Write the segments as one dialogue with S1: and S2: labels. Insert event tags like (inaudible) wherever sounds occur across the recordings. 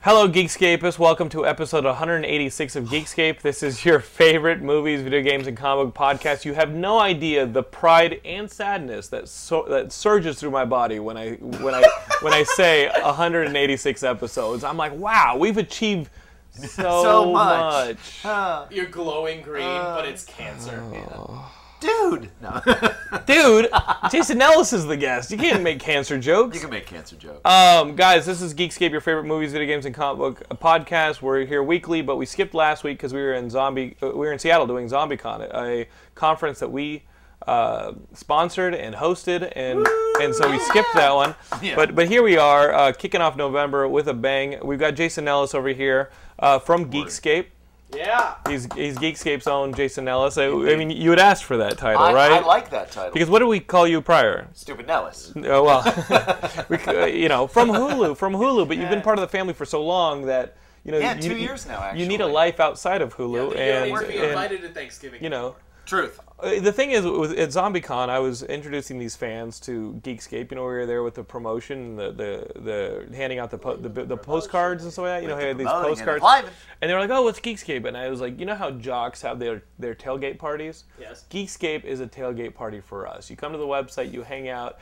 S1: Hello, Geekscapists. Welcome to episode 186 of Geekscape. This is your favorite movies, video games, and comic book podcast. You have no idea the pride and sadness that so, that surges through my body when I when
S2: (laughs)
S1: I when I say 186 episodes. I'm like, wow, we've achieved so,
S2: So much.
S1: much.
S3: You're glowing green, but it's
S1: Uh,
S3: cancer.
S1: oh.
S2: Dude! No, (laughs)
S1: dude. Jason Ellis is the guest. You can't make cancer jokes.
S2: you can make cancer jokes.
S1: Um, guys, this is Geekscape, your favorite movies, video games, and comic book podcast. We're here weekly, but we skipped last week because we were in zombie. uh, We were in Seattle doing ZombieCon, a conference that we uh, sponsored and hosted, and and so we skipped that one.
S2: Yeah.
S1: But but here we are, uh, kicking off November with a bang. We've got Jason Ellis over here uh, from Geekscape.
S3: Yeah.
S1: He's he's Geekscape's own Jason Ellis. I, I mean, you had asked for that title,
S2: I,
S1: right?
S2: I like that title.
S1: because what did we call you prior?
S2: Stupid Nellis.
S1: Oh well,
S2: (laughs)
S1: we, c- uh, you know, from Hulu, from Hulu. But you've been part of the family for so long that you know.
S2: Yeah,
S1: you,
S2: two years now, actually.
S1: You need a life outside of Hulu,
S3: you
S1: and,
S3: don't need to be
S1: and,
S3: invited to Thanksgiving.
S1: you know.
S2: Truth.
S1: Uh, The thing is, with, at ZombieCon, I was introducing these fans to Geekscape. You know, we were there with the promotion, and the the, the handing out the po- the, the postcards and so like that. You know, had these
S2: promoting and
S1: postcards,
S2: the live-
S1: and they were like, "Oh, what's Geekscape?" And I was like, "You know how jocks have their their tailgate parties?
S3: Yes.
S1: Geekscape is a tailgate party for us. You come to the website, you hang out,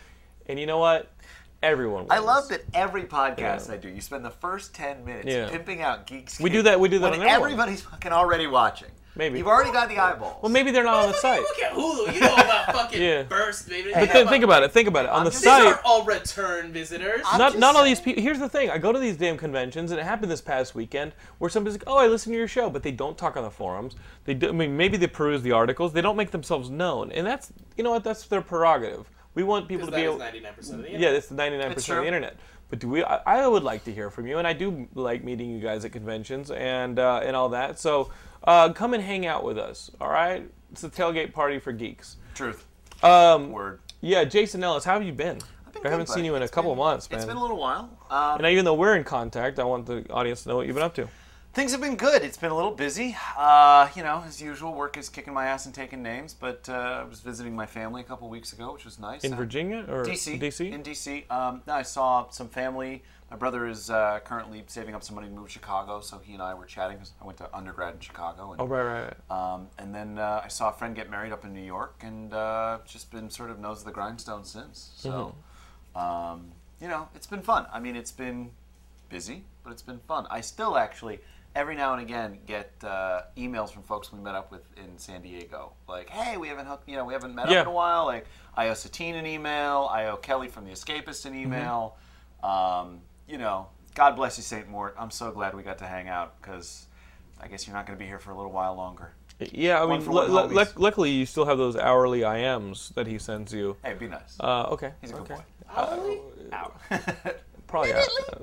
S1: and you know what? Everyone. Wins.
S2: I love that every podcast
S1: Yeah.
S2: I do, you spend the first 10 minutes
S1: Yeah.
S2: pimping out geeks.
S1: We do that- we do that
S2: when
S1: on everyone.
S2: everybody's fucking already watching.
S1: Maybe.
S2: You've already got the eyeballs.
S1: Well, maybe they're not on the site.
S3: Look at Hulu. You know
S1: (laughs)
S3: about fucking
S1: Yeah.
S3: burst, baby.
S1: But then think about it. Think about it. On the
S3: These
S1: site,
S3: are all return visitors.
S2: I'm
S1: not
S2: just
S1: not all
S2: saying.
S1: these people. Here's the thing: I go to these damn conventions, and it happened this past weekend where somebody's like, "Oh, I listen to your show," but they don't talk on the forums. They, do, I mean, maybe they peruse the articles. They don't make themselves known, and that's you know what? That's their prerogative. We want people to
S3: Because
S1: be
S3: that is
S1: able.
S3: 99% of the
S1: Yeah, that's the 99%
S2: It's
S1: of
S2: true.
S1: the internet. But do we? I, I would like to hear from you, and I do like meeting you guys at conventions and uh, and all that. So uh, come and hang out with us. All right, it's a tailgate party for geeks.
S2: Truth.
S1: Um,
S2: Word.
S1: yeah, Jason Ellis, how have you been?
S2: I've been
S1: I
S2: good,
S1: haven't seen
S2: buddy.
S1: you in a
S2: It's
S1: couple
S2: been-
S1: months, man.
S2: It's been a little while. Um,
S1: And even though we're in contact, I want the audience to know what you've been up to.
S2: Things have been good. It's been a little busy. Uh, you know, as usual, work is kicking my ass and taking names. But uh, I was visiting my family a couple weeks ago, which was nice.
S1: In
S2: Uh,
S1: Virginia or
S2: DC,
S1: DC?
S2: in DC. Um, no, I saw some family. My brother is uh, currently saving up some money to move to Chicago, so he and I were chatting. 'cause I went to undergrad in Chicago, and,
S1: oh, right, right, right.
S2: um, and then uh, I saw a friend get married up in New York, and uh, just been sort of nose to the grindstone since. So, um, you know, it's been fun. I mean, it's been busy, but it's been fun. I still actually. Every now and again, get uh, emails from folks we met up with in San Diego, like, "Hey, we haven't hooked, you know, we haven't met
S1: Yeah.
S2: up in a while." Like, I owe Satine an email. I owe Kelly from The Escapist an email. Um, you know, God bless you, Saint Mort. I'm so glad we got to hang out because I guess you're not going to be here for a little while longer.
S1: Yeah, I
S2: One
S1: mean,
S2: for one
S1: lu- lu-
S2: homies.
S1: luckily you still have those hourly IMs that he sends you.
S2: Hey, be nice.
S1: Uh, okay.
S2: He's a good
S1: okay.
S2: boy.
S3: Hourly?
S2: Ow.
S1: (laughs) Probably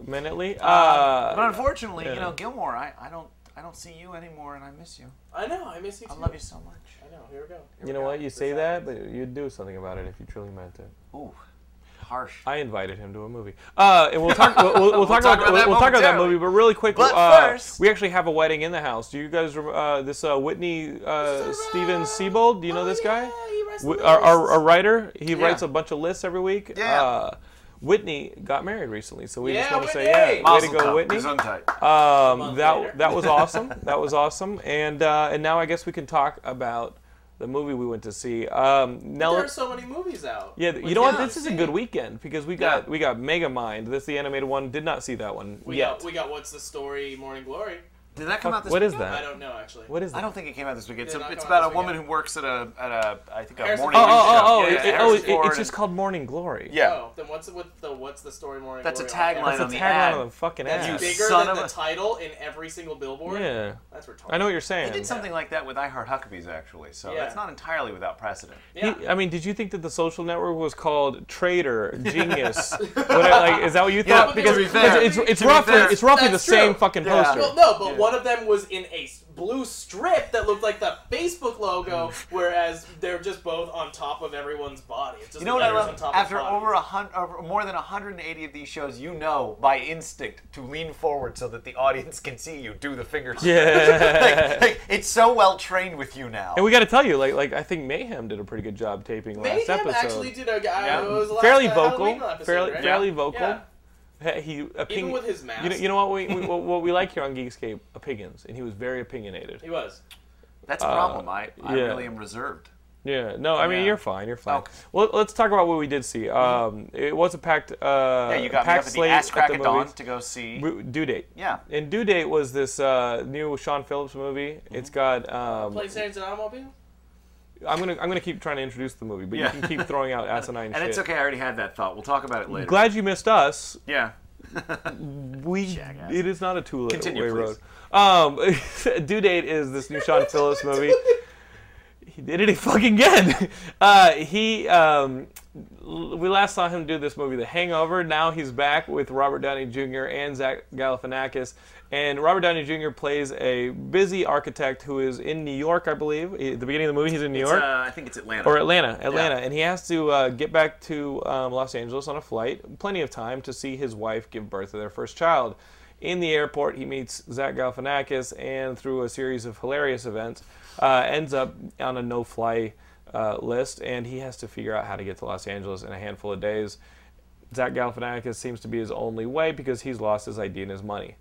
S1: minutely. Uh,
S2: but unfortunately,
S1: yeah.
S2: you know, Gilmore, I, I don't I don't see you anymore, and I miss you.
S3: I know. I miss you too.
S2: I love you so much.
S3: I know. Here we go.
S1: you know what? You say that, but you'd do something about it if you truly meant it.
S2: Ooh, harsh.
S1: I invited him to a movie. Uh, and we'll talk. We'll, we'll, we'll talk, about,
S2: that
S1: we'll, we'll talk about that
S2: momentarily.
S1: movie, but really quick.
S2: But
S1: uh,
S2: first-
S1: we actually have a wedding in the house. Do you guys remember uh, this uh, Whitney uh, Steven Siebold? Do you know
S3: Oh,
S1: this guy?
S3: yeah, he writes
S1: Wh-
S3: the
S1: our, our,
S3: lists.
S1: our writer. He
S2: Yeah.
S1: writes a bunch of lists every week.
S2: Yeah.
S1: Uh, Whitney got married recently, so we just
S3: Yeah,
S1: want to say,
S3: Whitney!
S1: yeah,
S2: Mazel
S1: way to go,
S2: tov.
S1: Whitney.
S2: Gesundheit.
S1: Um,
S3: month later.
S1: that that was awesome. That was awesome. And uh, and now I guess we can talk about the movie we went to see. Um, Nell-
S3: There are so many movies out.
S1: yeah,
S3: Which
S1: you know what?
S3: we
S1: This is a
S3: haven't
S1: good
S3: seen.
S1: weekend because we got
S2: Yeah.
S1: we got Mega Mind. This is the animated one. Did not see that one
S3: We
S1: yet.
S3: got, we got What's the Story, Morning Glory.
S2: Did that come out this
S1: what is
S2: weekend?
S3: I
S1: that?
S3: don't know, actually.
S1: What is that?
S2: I don't think it came out this weekend. It's,
S3: Did not
S2: a, it's
S3: come out
S2: about a
S3: this
S2: woman
S3: weekend.
S2: who works at a at a I think a
S3: Harrison
S2: morning.
S1: oh,
S2: show.
S3: Ford.
S1: oh, oh, oh!
S2: Yeah,
S1: it- it- oh,
S2: Harrison
S1: it-
S2: Ford
S1: it's just
S2: and-
S1: called Morning Glory.
S2: Yeah.
S3: Oh, then what's with the What's the Story, Morning
S2: That's a
S3: Glory? on
S2: tagline
S3: there?
S1: That's a
S2: on the ad.
S1: tagline on the fucking
S3: That's
S1: ad.
S2: You
S3: bigger
S2: son
S3: than
S2: of
S3: the
S2: a-
S3: title in every single billboard.
S1: Yeah,
S3: That's retarded.
S1: I know what you're saying.
S2: They did something like that with I Heart Huckabees actually, so
S3: Yeah.
S2: that's not entirely without precedent.
S3: Yeah.
S1: He- I mean, did you think that the social network was called Traitor
S2: (laughs)
S1: Genius? What, like, is that what you thought?
S3: but
S1: because
S3: to be
S1: because
S3: fair-
S1: it's, it's
S2: to be
S1: roughly
S2: fair,
S1: it's roughly the
S3: that's
S1: same
S3: true.
S1: fucking
S2: Yeah.
S1: poster.
S3: Well, no, but
S2: Yeah.
S3: one of them was in a s- blue strip that looked like the Facebook logo,
S2: Mm.
S3: whereas they're just both on top of everyone's body. It's just
S2: You know what I
S3: letters on
S2: love?
S3: top of
S2: After
S3: body.
S2: over a hundred, over more than 180 of these shows, you know by instinct to lean forward so that the audience can see you do the fingers.
S1: Yeah.
S2: (laughs)
S1: (laughs)
S2: like, like, it's so well trained with you now.
S1: and we got to tell you, like, like I think Mayhem did a pretty good job taping last
S3: Mayhem
S1: episode.
S3: actually did a guy.
S2: Yeah.
S3: it was last,
S1: fairly
S3: uh,
S1: vocal,
S3: Halloween episode,
S1: fairly,
S3: right?
S1: fairly vocal.
S3: Yeah.
S1: He- He opin-
S3: Even with his mask.
S1: You know, you know what we, we what, what we like here on Geekscape opinions, and he was very opinionated.
S3: He was.
S2: That's a problem. I, I
S1: uh, yeah.
S2: really am reserved.
S1: Yeah, no, I mean
S2: Yeah.
S1: you're fine, you're fine.
S2: Okay.
S1: Well, let's talk about what we did see. Um, it was a packed. Uh,
S2: Mm-hmm. Yeah, you got me
S1: packed
S2: up at the
S1: slate
S2: ass crack
S1: the
S2: of dawn
S1: movies.
S2: to go see.
S1: Ru- Due date.
S2: Yeah.
S1: And due date was this uh, new Sean Phillips movie.
S2: Mm-hmm.
S1: It's got. Um,
S3: Planes, Trains, and Automobiles?
S1: I'm gonna I'm gonna keep trying to introduce the movie, but
S2: Yeah.
S1: you can keep throwing
S2: (laughs)
S1: out asinine
S2: And
S1: shit.
S2: it's okay. I already had that thought. We'll talk about it later.
S1: Glad you missed us.
S2: yeah.
S1: We
S2: Jackass.
S1: it is not a two lane
S2: Continue,
S1: way road.
S2: please.
S1: Um, (laughs) due date is this new Sean
S2: (laughs)
S1: Phillips movie. He did it fucking again. (laughs) Uh, he um, l- we last saw him do this movie, The Hangover. Now he's back with Robert Downey Jr. and Zach Galifianakis. And Robert Downey Jr. plays a busy architect who is in New York, I believe. At the beginning of the movie, he's in New
S2: It's,
S1: York
S2: uh, I think it's Atlanta.
S1: or Atlanta, Atlanta, and he has to uh, get back to um, Los Angeles on a flight, plenty of time to see his wife give birth to their first child. In the airport, he meets Zach Galifianakis, and through a series of hilarious events, uh, ends up on a no-fly uh, list, and he has to figure out how to get to Los Angeles in a handful of days. Zach Galifianakis seems to be his only way because he's lost his ID and his money,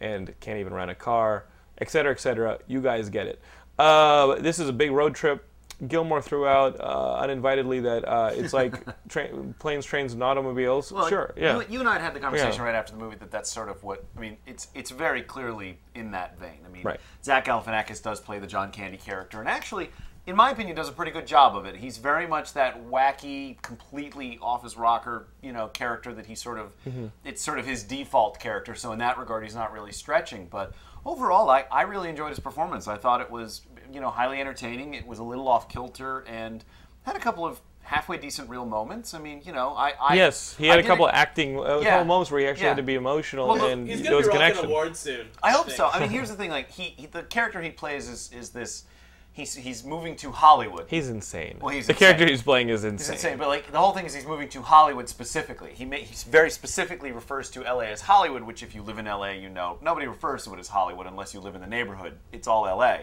S1: and can't even rent a car, et cetera, et Cetera. You guys get it. Uh, this is a big road trip. Gilmore threw out uh, uninvitedly that uh, it's like
S2: (laughs)
S1: tra- planes, trains, and automobiles.
S2: Well,
S1: sure, yeah.
S2: You, you and I had had the conversation
S1: Yeah.
S2: right after the movie that that's sort of what I mean. It's it's very clearly in that vein. I mean,
S1: Right.
S2: Zach Galifianakis does play the John Candy character, and actually, in my opinion, does a pretty good job of it. He's very much that wacky, completely off his rocker, you know, character that he sort of
S1: Mm-hmm.
S2: it's sort of his default character. So in that regard, he's not really stretching, but. Overall, I, I really enjoyed his performance. I thought it was, you know, highly entertaining. It was a little off kilter and had a couple of halfway decent real moments. I mean, you know, I, I
S1: yes, he
S2: I
S1: had a
S2: did
S1: couple acting uh,
S2: Yeah.
S1: couple moments where he actually
S2: Yeah.
S1: had to be emotional
S2: Well, look,
S1: and
S3: He's
S1: there
S3: going
S1: was
S3: to be rocking
S1: connection.
S3: an award soon.
S2: I hope
S3: think.
S2: so. I mean, here's the thing: like he, he the character he plays is is this. He's he's moving to Hollywood.
S1: He's insane.
S2: Well, he's
S1: the character
S2: insane.
S1: he's playing is
S2: He's
S1: insane.
S2: insane, but like the whole thing is he's moving to Hollywood specifically. He may, he very specifically refers to LA as Hollywood, which if you live in LA, you know nobody refers to it as Hollywood unless you live in the neighborhood. It's all LA,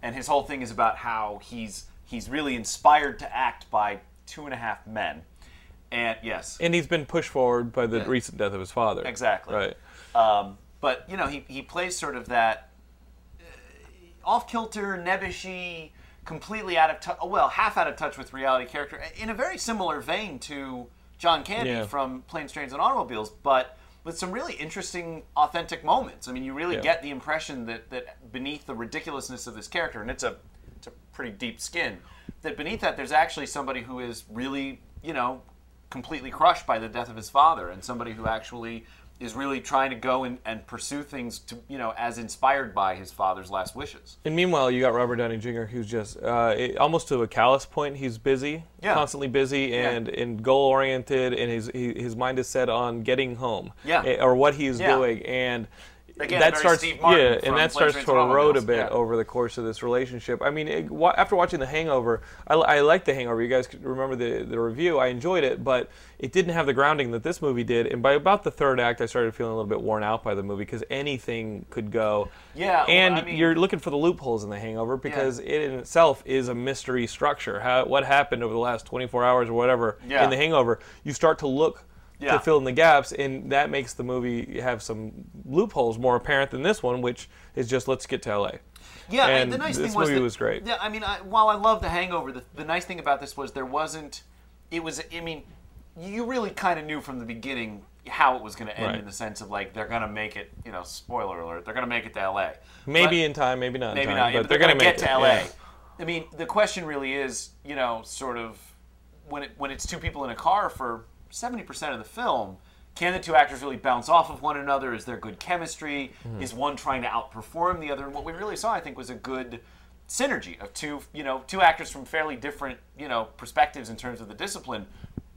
S2: and his whole thing is about how he's he's really inspired to act by two and a half men, and yes,
S1: And he's been pushed forward by the recent death of his father.
S2: Exactly.
S1: Right.
S2: Um, but you know, he, he plays sort of that uh, off kilter, nebbishy, completely out of touch. Well, half out of touch with reality character in a very similar vein to John Candy
S1: Yeah.
S2: from Planes, Trains, and Automobiles, but with some really interesting, authentic moments. I mean, you really
S1: Yeah.
S2: get the impression that that beneath the ridiculousness of this character, and it's a it's a pretty deep skin, that beneath that there's actually somebody who is really you know completely crushed by the death of his father and somebody who actually is really trying to go and, and pursue things to you know as inspired by his father's last wishes
S1: And meanwhile, you got Robert Downey Jr., who's just uh, it- almost to a callous point. He's busy,
S2: Yeah.
S1: constantly busy, and, and goal oriented, and his he, his mind is set on getting home,
S2: Yeah.
S1: eh, or what he's
S2: Yeah.
S1: doing, and
S2: Again,
S1: that
S2: very
S1: starts
S2: Steve Martin
S1: yeah,
S2: from
S1: and that
S2: Planes,
S1: starts
S2: Trains,
S1: to
S2: and
S1: erode a
S2: Automobiles.
S1: bit
S2: Yeah.
S1: over the course of this relationship. I mean, it, wa- after watching The Hangover, I, li- I like The Hangover. You guys could remember the the review? I enjoyed it, but it didn't have the grounding that this movie did. And by about the third act, I started feeling a little bit worn out by the movie because anything could go.
S2: Yeah, well,
S1: and
S2: I mean-
S1: you're looking for the loopholes in the hangover because it in itself is a mystery structure how what happened over the last 24 hours or whatever
S2: Yeah.
S1: in the hangover you start to look to
S2: Yeah.
S1: fill in the gaps and that makes the movie have some loopholes more apparent than this one which is just let's get to la
S2: Yeah,
S1: And
S2: the nice
S1: this
S2: thing was,
S1: movie
S2: that-
S1: was great.
S2: Yeah, I mean, I, while I love The Hangover, the, the nice thing about this was there wasn't. It was. I mean, you really kind of knew from the beginning how it was going to end
S1: Right.
S2: in the sense of like they're going to make it. You know, spoiler alert, they're going to make it to L.A.
S1: maybe
S2: But-
S1: in time maybe not in
S2: maybe
S1: time
S2: not,
S1: but,
S2: yeah, but
S1: they're, gonna,
S2: get
S1: make
S2: to
S1: it,
S2: LA.
S1: yeah.
S2: I mean, the question really is, you know, sort of when it when it's two people in a car for seventy percent of the film, can the two actors really bounce off of one another? Is there good chemistry?
S1: Mm-hmm.
S2: Is one trying to outperform the other? And what we really saw, I think, was a good synergy of two, you know, two actors from fairly different, you know, perspectives in terms of the discipline,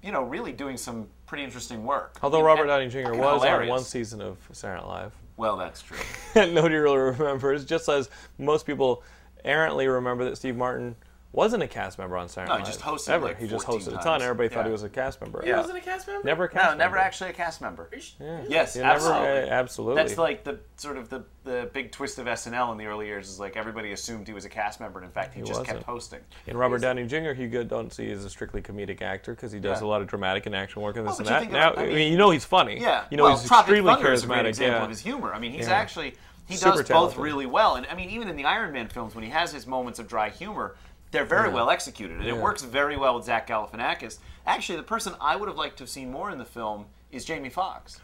S2: you know, really doing some pretty interesting work.
S1: although
S2: And-
S1: robert downey
S2: and
S1: jr
S2: fucking
S1: was on
S2: hilarious.
S1: one season of saturday night live
S2: Well, that's true.
S1: (laughs) nobody really remembers just as most people errantly remember that steve martin wasn't a cast member on Saturday
S2: No,
S1: Night
S2: he just
S1: Live,
S2: hosted,
S1: ever.
S2: like,
S1: he just
S2: 14
S1: hosted a ton.
S2: times.
S1: Everybody thought
S2: Yeah.
S1: he was a cast member.
S3: He
S2: Yeah.
S3: wasn't a cast member.
S1: Never a cast
S2: (laughs) No,
S1: member.
S2: never actually a cast member.
S3: Are you sh-
S2: Yes,
S1: Yeah, never,
S2: absolutely.
S1: uh, absolutely.
S2: That's like the sort of the, the big twist of SNL in the early years is like everybody assumed he was a cast member, and in fact, he, just
S1: wasn't.
S2: kept hosting.
S1: And Robert Downey Jr., who you don't see as a strictly comedic actor because he does a
S2: Yeah.
S1: lot of dramatic and action work and this and
S2: Well, but you
S1: that.
S2: think
S1: now,
S2: about-
S1: I
S2: I
S1: mean,
S2: mean-
S1: you know he's funny.
S2: Yeah,
S1: you know
S2: well,
S1: he's
S2: Tropic
S1: extremely
S2: Thunder is a great
S1: charismatic.
S2: example
S1: yeah.
S2: of his humor. I mean, he's
S1: Yeah.
S2: actually he
S1: Super
S2: does both
S1: talented.
S2: really well, and I mean, even in the Iron Man films, when he has his moments of dry humor, they're very well executed, and
S1: Yeah.
S2: it works very well with Zach Galifianakis. Actually, the person I would have liked to have seen more in the film is Jamie Foxx,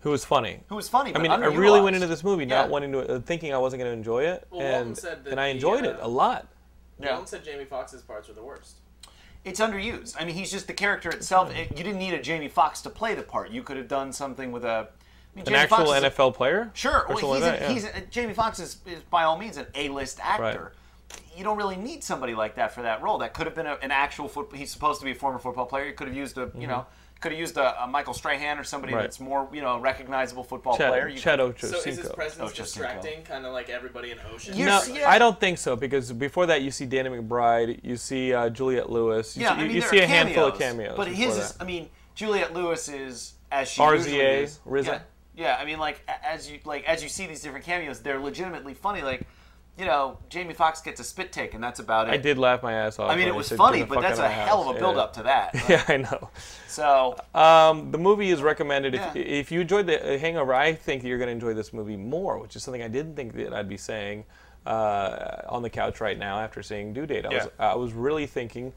S1: Who was funny.
S2: who was funny.
S1: I
S2: but
S1: mean, I really went
S2: underutilized.
S1: into this movie
S2: Yeah.
S1: not wanting to, uh, thinking I wasn't going to enjoy it,
S3: Well, Walton
S1: and
S3: said that
S1: and I
S3: the,
S1: enjoyed
S3: uh,
S1: it a lot.
S2: Yeah.
S3: Dylan said Jamie Foxx's parts were the worst.
S2: it's underused. I mean, he's just the character
S1: Hmm.
S2: itself. It- you didn't need a Jamie Foxx to play the part. You could have done something with a I mean,
S1: An
S2: Jamie
S1: actual
S2: Foxx is a-
S1: NFL player.
S2: Sure.
S1: Or something
S2: Well, he's,
S1: like that,
S2: a,
S1: yeah.
S2: he's a, Jamie Foxx is, is by all means an A-list actor. You don't really need somebody like that for that role. That could have been a, an actual football. He's supposed to be a former football player. You could have used a you know could have used a, a Michael Strahan or somebody
S1: Mm-hmm. Right.
S2: that's more you know recognizable football
S1: Chet,
S2: player. You
S1: Chet
S2: could-
S3: So is his
S1: Ochocinco.
S3: presence
S2: Oh, just Cinco.
S3: distracting, kind of like everybody in Ocean?
S2: You're-
S1: No,
S2: Yeah.
S1: I don't think so because before that you see Danny McBride, you see uh, Juliette Lewis, you
S2: yeah,
S1: see,
S2: I mean,
S1: you
S2: there
S1: see
S2: are
S1: a handful of
S2: cameos,
S1: cameos.
S2: But
S1: before
S2: his
S1: that.
S2: is I mean Juliette Lewis is as she
S1: RZA,
S2: usually is.
S1: RZA.
S2: Yeah. Yeah, I mean, like a- as you like as you see these different cameos, they're legitimately funny. Like, you know, Jamie Foxx gets a spit take, and that's about it.
S1: I did laugh my ass off.
S2: I mean,
S1: when
S2: it
S1: he
S2: was
S1: said,
S2: funny,
S1: "Get the
S2: but
S1: fuck
S2: that's
S1: out
S2: a
S1: my
S2: hell of
S1: house."
S2: a build up to that.
S1: (laughs) Yeah, I know.
S2: So
S1: Um, the movie is recommended. If,
S2: Yeah.
S1: if you enjoyed The uh, Hangover, I think that you're going to enjoy this movie more, which is something I didn't think that I'd be saying uh, on the couch right now after seeing Due Date. I, was,
S2: Yeah.
S1: I was really thinking.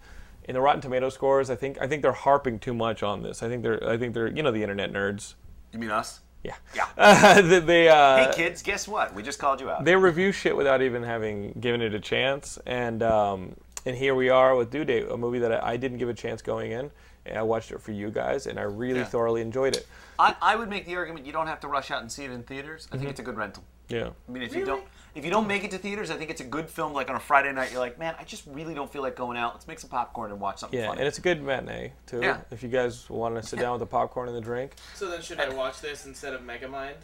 S1: In the Rotten Tomato scores, I think I think they're harping too much on this. I think they're I think they're you know the internet nerds.
S2: you mean us?
S1: Yeah.
S2: Yeah.
S1: (laughs) they they, uh,
S2: hey kids, guess what? We just called you out.
S1: they review shit without even having given it a chance. And um, and here we are with Due Date, a movie that I, I didn't give a chance going in. And I watched it for you guys, and I really
S2: Yeah.
S1: thoroughly enjoyed it.
S2: I, I would make the argument you don't have to rush out and see it in theaters.
S1: Mm-hmm.
S2: I think it's a good rental.
S1: Yeah.
S2: I mean, if you
S3: Really?
S2: don't if you don't make it to theaters, I think it's a good film. Like on a Friday night, you're like, man, I just really don't feel like going out. Let's make some popcorn and watch something
S1: Yeah,
S2: funny.
S1: and it's a good matinee too.
S2: Yeah.
S1: If you guys want to sit down with the popcorn and the drink,
S3: So then, should I watch this instead of Megamind?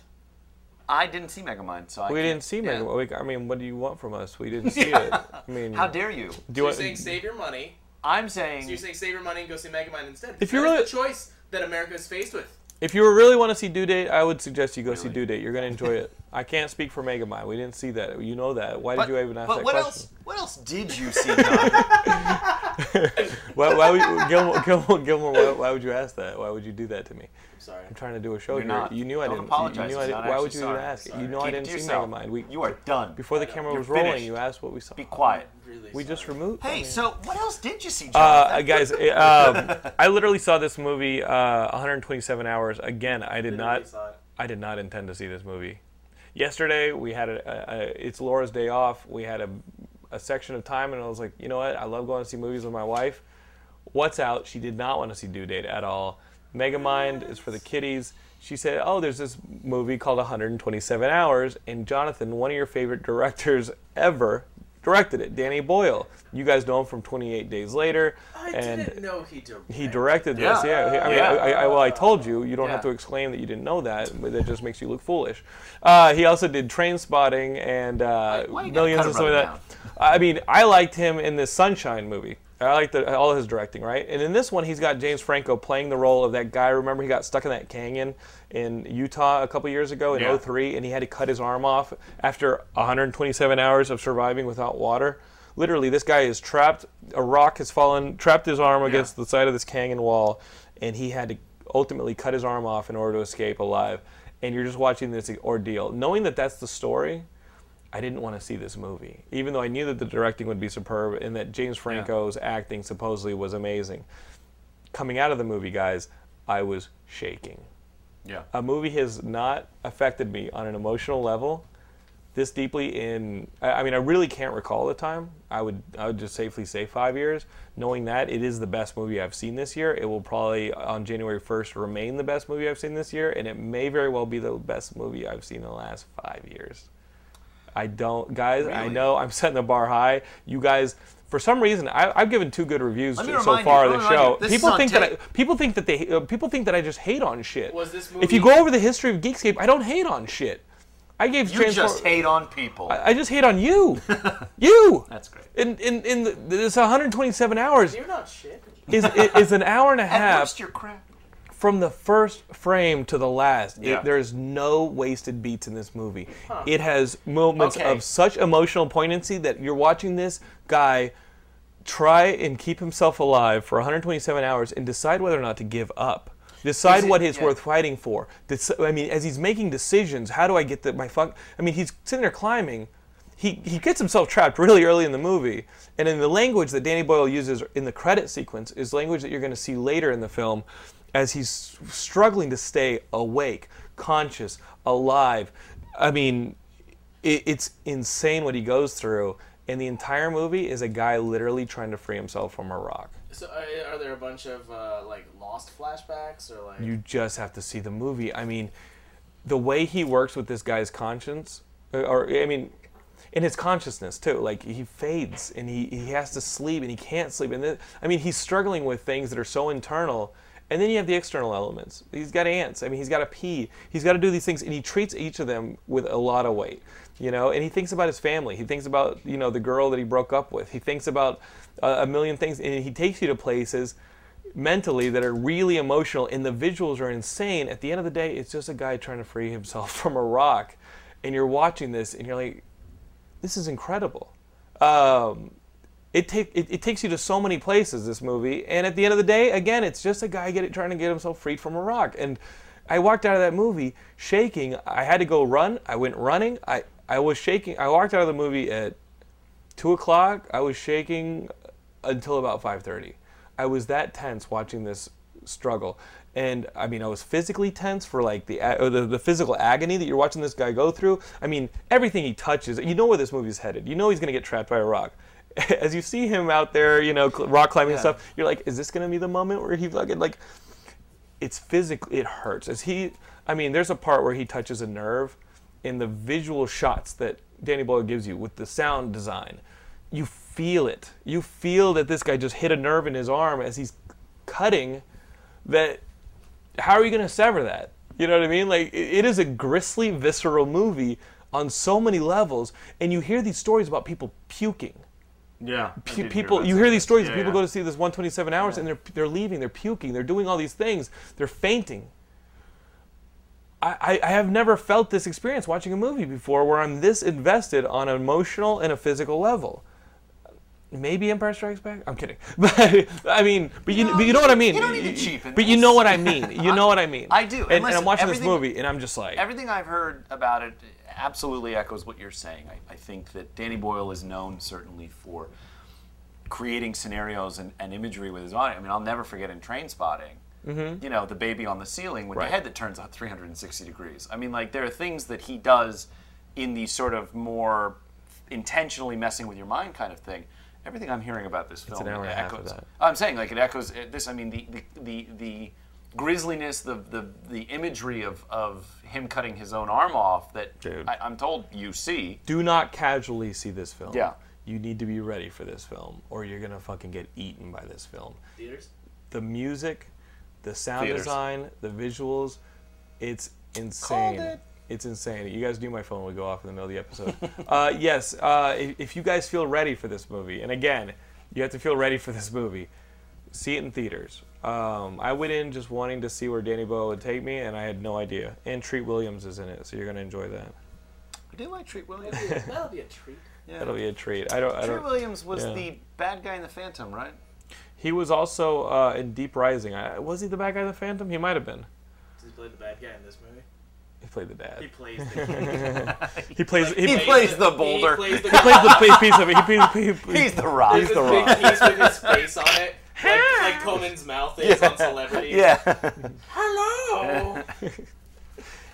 S2: I didn't see Megamind, so I
S1: we
S2: can't-
S1: didn't see
S2: yeah.
S1: Megan. we- I mean, what do you want from us? We
S2: (laughs)
S1: didn't see it. I mean,
S2: How dare you?
S1: do
S3: You're
S1: you
S3: saying
S1: want, Mm.
S3: save your money.
S2: I'm saying
S3: You're saying save your money and go see Megamind instead.
S1: If you
S3: That is
S1: really-
S3: the choice that America is faced with.
S1: (laughs) if you really want to see Due Date, I would suggest you go see
S2: Really?
S1: Due Date. You're gonna enjoy it. I can't speak for Megamind. We didn't see that. You know that. Why
S2: but,
S1: did you even ask
S2: but
S1: that
S2: what
S1: question?
S2: else? What else did you see? John?
S1: (laughs) Why, why would you, Gilmore, Gilmore, Gilmore why, why would you ask that? Why would you do that to me?
S3: I'm sorry.
S1: I'm trying to do a show
S2: You're
S1: here.
S2: not.
S1: You knew I
S2: Don't
S1: didn't.
S2: apologize.
S1: You knew I
S2: It's
S1: didn't.
S2: not
S1: Why
S2: actually
S1: would you
S2: sorry.
S1: even ask? it?
S3: Sorry.
S1: You know I
S2: Keep it
S1: didn't
S2: to
S1: see
S2: yourself.
S1: Megamind. We
S2: you are done.
S1: before the
S3: I know.
S1: camera
S2: You're
S1: was rolling.
S2: finished.
S1: You asked what we saw.
S2: Be quiet.
S3: Really
S1: We just
S3: sorry.
S1: removed. I
S2: Hey,
S1: mean-
S2: so what else did you see, John?
S1: Uh, guys, it, um, I literally saw this movie uh, 127 hours. Again, I did
S3: Literally
S1: not.
S3: saw it.
S1: I did not intend to see this movie. Yesterday, we had a, a, a it's Laura's day off. We had a, a section of time, and I was like, you know what? I love going to see movies with my wife. What's out? She did not want to see Due Date at all. Megamind is for the kiddies. She said, "Oh, there's this movie called 127 Hours, and Jonathan, one of your favorite directors ever, directed it. Danny Boyle. You guys know him from 28 Days Later,
S3: I
S1: and
S3: didn't know he directed.
S1: he directed this. Yeah.
S2: Yeah.
S1: I mean,
S2: Yeah.
S1: I, I, well, I told you. You don't
S2: Yeah.
S1: have to exclaim that you didn't know that. But that just makes you look foolish. Uh, he also did Train Spotting and uh,
S2: Why- why you gotta
S1: Millions
S2: cut
S1: and
S2: a
S1: stuff like
S2: brother
S1: that. I mean, I liked him in the Sunshine movie. I liked the, all his directing, right? And in this one, he's got James Franco playing the role of that guy. Remember, he got stuck in that canyon in Utah a couple years ago in
S2: Yeah.
S1: 03, and he had to cut his arm off after 127 hours of surviving without water. Literally, this guy is trapped. A rock has fallen, trapped his arm against the side of this canyon wall, and he had to ultimately cut his arm off in order to escape alive. And you're just watching this ordeal, knowing that that's the story. I didn't want to see this movie, even though I knew that the directing would be superb and that James Franco's acting supposedly was amazing. Coming out of the movie, guys, I was shaking.
S2: yeah.
S1: A movie has not affected me on an emotional level this deeply in. I, I mean, I really can't recall the time. I would I would just safely say five years. Knowing that it is the best movie I've seen this year, it will probably on January first remain the best movie I've seen this year, and it may very well be the best movie I've seen in the last five years. I don't, guys. I
S2: Really?
S1: know I'm (laughs) setting the bar high. You guys, for some reason, I, I've given two good reviews
S2: Let me
S1: so
S2: remind
S1: far
S2: you-
S1: of
S2: let
S1: the
S2: me remind
S1: show.
S2: you, this
S1: people
S2: is on
S1: think that I,
S2: tape.
S1: people think that they uh, people think that I just hate on shit.
S3: Was this
S1: If you
S3: movie-
S1: go over the history of Geekscape, I don't hate on shit. I gave
S2: You
S1: Transform-
S2: just hate on people.
S1: I just hate on
S2: (laughs)
S1: you. you.
S2: That's great.
S1: In in in the, this 127 hours
S3: You're not shit.
S1: is is an hour
S2: (laughs)
S1: and a
S2: At
S1: half
S2: worst, you're crap.
S1: from the first frame to the last. it-
S2: Yeah.
S1: there is no wasted beats in this movie. It has moments
S2: Okay.
S1: of such emotional poignancy that you're watching this guy try and keep himself alive for 127 hours and decide whether or not to give up. Decide
S2: Is it-
S1: what he's
S2: yeah.
S1: worth fighting for. Deci- I mean, as he's making decisions, how do I get the, my fuck? I mean, he's sitting there climbing. He, he gets himself trapped really early in the movie. And in the language that Danny Boyle uses in the credit sequence is language that you're going to see later in the film as he's struggling to stay awake, conscious, alive. I mean, it, it's insane what he goes through. And the entire movie is a guy literally trying to free himself from a rock.
S3: So are, are there a bunch of uh, like lost flashbacks or like?
S1: You just have to see the movie. I mean, the way he works with this guy's conscience, or- or I mean, in his consciousness too. Like he fades and he, he has to sleep and he can't sleep. And then, I mean, he's struggling with things that are so internal. And then you have the external elements. He's got ants. I mean, he's got to pee. He's got to do these things, and he treats each of them with a lot of weight, you know. And he thinks about his family. He thinks about you know the girl that he broke up with. He thinks about uh, a million things, and he takes you to places mentally that are really emotional and the visuals are insane at the end of the day it's just a guy trying to free himself (laughs) from a rock and you're watching this and you're like this is incredible um, it, take, it, it takes you to so many places this movie and at the end of the day again it's just a guy get, trying to get himself freed from a rock and i walked out of that movie shaking i had to go run i went running i, I was shaking i walked out of the movie at two o'clock i was shaking until about 5.30 i was that tense watching this struggle and i mean i was physically tense for like the, a- or the the physical agony that you're watching this guy go through i mean everything he touches you know where this movie's headed you know he's going to get trapped by a rock (laughs) as you see him out there you know cl- rock climbing and
S2: Yeah.
S1: stuff you're like is this going to be the moment where he fucking like it's physically it hurts as he i mean there's a part where he touches a nerve in the visual shots that danny boyle gives you with the sound design you feel it you feel that this guy just hit a nerve in his arm as he's cutting that how are you going to sever that you know what i mean like it, it is a grisly visceral movie on so many levels and you hear these stories about people puking
S2: Yeah. I
S1: pe-
S2: did
S1: people
S2: that
S1: you hear
S2: sometimes.
S1: these stories
S2: Yeah,
S1: of people
S2: yeah.
S1: go to see this 127 hours and they're they're leaving they're puking they're doing all these things they're fainting I, I, I have never felt this experience watching a movie before where I'm this invested on an emotional and a physical level. Maybe Empire Strikes Back? I'm kidding. (laughs) But I mean, but you,
S2: No,
S1: but you know what I mean.
S2: you don't need to
S1: You-
S2: cheapen
S1: But you
S2: this.
S1: know what I
S2: (laughs)
S1: mean. You know what I mean.
S2: I do, and
S1: And, and
S2: listen,
S1: I'm watching this
S2: everything-
S1: movie and I'm just like,
S2: Everything I've heard about it absolutely echoes what you're saying. I, I think that Danny Boyle is known certainly for creating scenarios and, and imagery with his audience. I mean, I'll never forget in Train Spotting, you know, the baby on the ceiling with
S1: Mm-hmm. Right.
S2: the head that turns out 360 degrees. I mean, like there are things that he does in the sort of more intentionally messing with your mind kind of thing. Everything I'm hearing about this film
S1: an hour and a half of
S2: echoes.
S1: that.
S2: I'm saying like it echoes uh, this. I mean the the the, the grisliness, the, the the imagery of of him cutting his own arm off that
S1: Dude.
S2: I, I'm told you see.
S1: do not casually see this film.
S2: Yeah.
S1: You need to be ready for this film or you're going to fucking get eaten by this film.
S3: Theaters.
S1: the music, the sound
S2: Theaters.
S1: design, the visuals, it's insane.
S2: Called it.
S1: It's insane. You guys knew my phone would go off in the middle of the episode. (laughs) uh, yes, uh, if, if you guys feel ready for this movie, and again, you have to feel ready for this movie, see it in theaters. Um, I went in just wanting to see where Danny Boyle would take me, and I had no idea. And Treat Williams is in it, so you're gonna enjoy that.
S2: I do like Treat (laughs) Williams.
S3: That'll be a, that'll be a treat.
S2: Yeah.
S1: That'll be a treat. I don't. I
S2: Treat
S1: don't
S2: Williams was
S1: yeah.
S2: the bad guy in the Phantom, right?
S1: he was also uh, in Deep Rising. I, was he the bad guy in the Phantom? He might have been.
S3: Does he play the bad guy in this movie?
S1: He played the dad.
S3: He plays
S1: (laughs)
S3: the.
S1: He plays.
S2: He plays the boulder.
S3: He
S1: (laughs)
S3: plays the.
S1: plays the piece, piece of it. He plays he, he,
S2: He's the Rock.
S3: He's the big piece with his face on it, like, like Conan's mouth
S1: (laughs)
S3: is on
S2: (laughs)
S3: Celebrity.
S2: Yeah.
S3: Hello.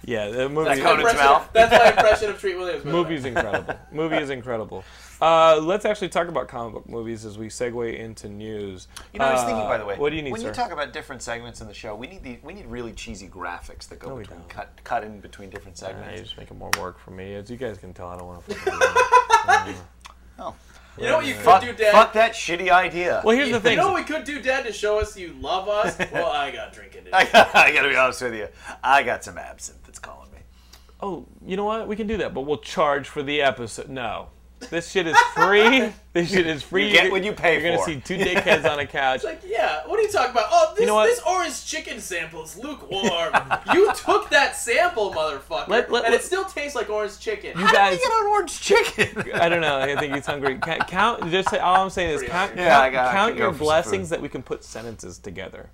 S1: Yeah, the movie.
S2: Conan's
S3: Impression-
S2: mouth.
S3: That's my impression of Treat Williams. by the way.
S1: Movie's incredible. Movie is incredible. Uh, let's actually talk about comic book movies as we segue into news. Uh,
S2: You know, I was thinking, by the way.
S1: What do you need,
S2: when
S1: sir?
S2: you talk about different segments in the show? We need the, we need really cheesy graphics that go
S1: we
S2: between
S1: don't.
S2: cut cut in between different
S1: Nah, you're
S2: segments.
S1: just making more work for me. As you guys can tell, I don't want to.
S2: (laughs) Oh,
S3: You know what you could
S2: fuck,
S3: do, Dad?
S2: fuck that shitty idea. (laughs)
S1: Well, here's the
S3: You
S1: thing.
S3: know what we could do, Dad, to show us you
S1: (laughs)
S3: love us? Well, I got drinking.
S2: I gotta be honest with you. I got some absinthe that's calling me.
S1: oh, you know what? We can do that, but we'll charge for the episode. No. This shit is
S2: (laughs)
S1: free. this shit is free.
S2: You get what you pay
S1: You're gonna
S2: for.
S1: see two dickheads on a
S2: (laughs)
S1: couch.
S3: Like, yeah, what are you talking about? Oh, this,
S1: know what?
S3: this orange chicken sample's lukewarm.
S1: (laughs)
S3: you took that sample, motherfucker,
S1: Let- let- let-
S3: and it still tastes like orange chicken.
S1: You guys,
S2: on orange chicken?
S1: I don't know. I think he's hungry. Ca- Count. Just say, all I'm saying is
S3: Pretty
S1: count.
S3: hungry.
S2: Yeah,
S1: count,
S2: I got- I
S1: count
S2: could go
S1: your
S2: for some
S1: blessings
S2: food.
S1: that we can put sentences together.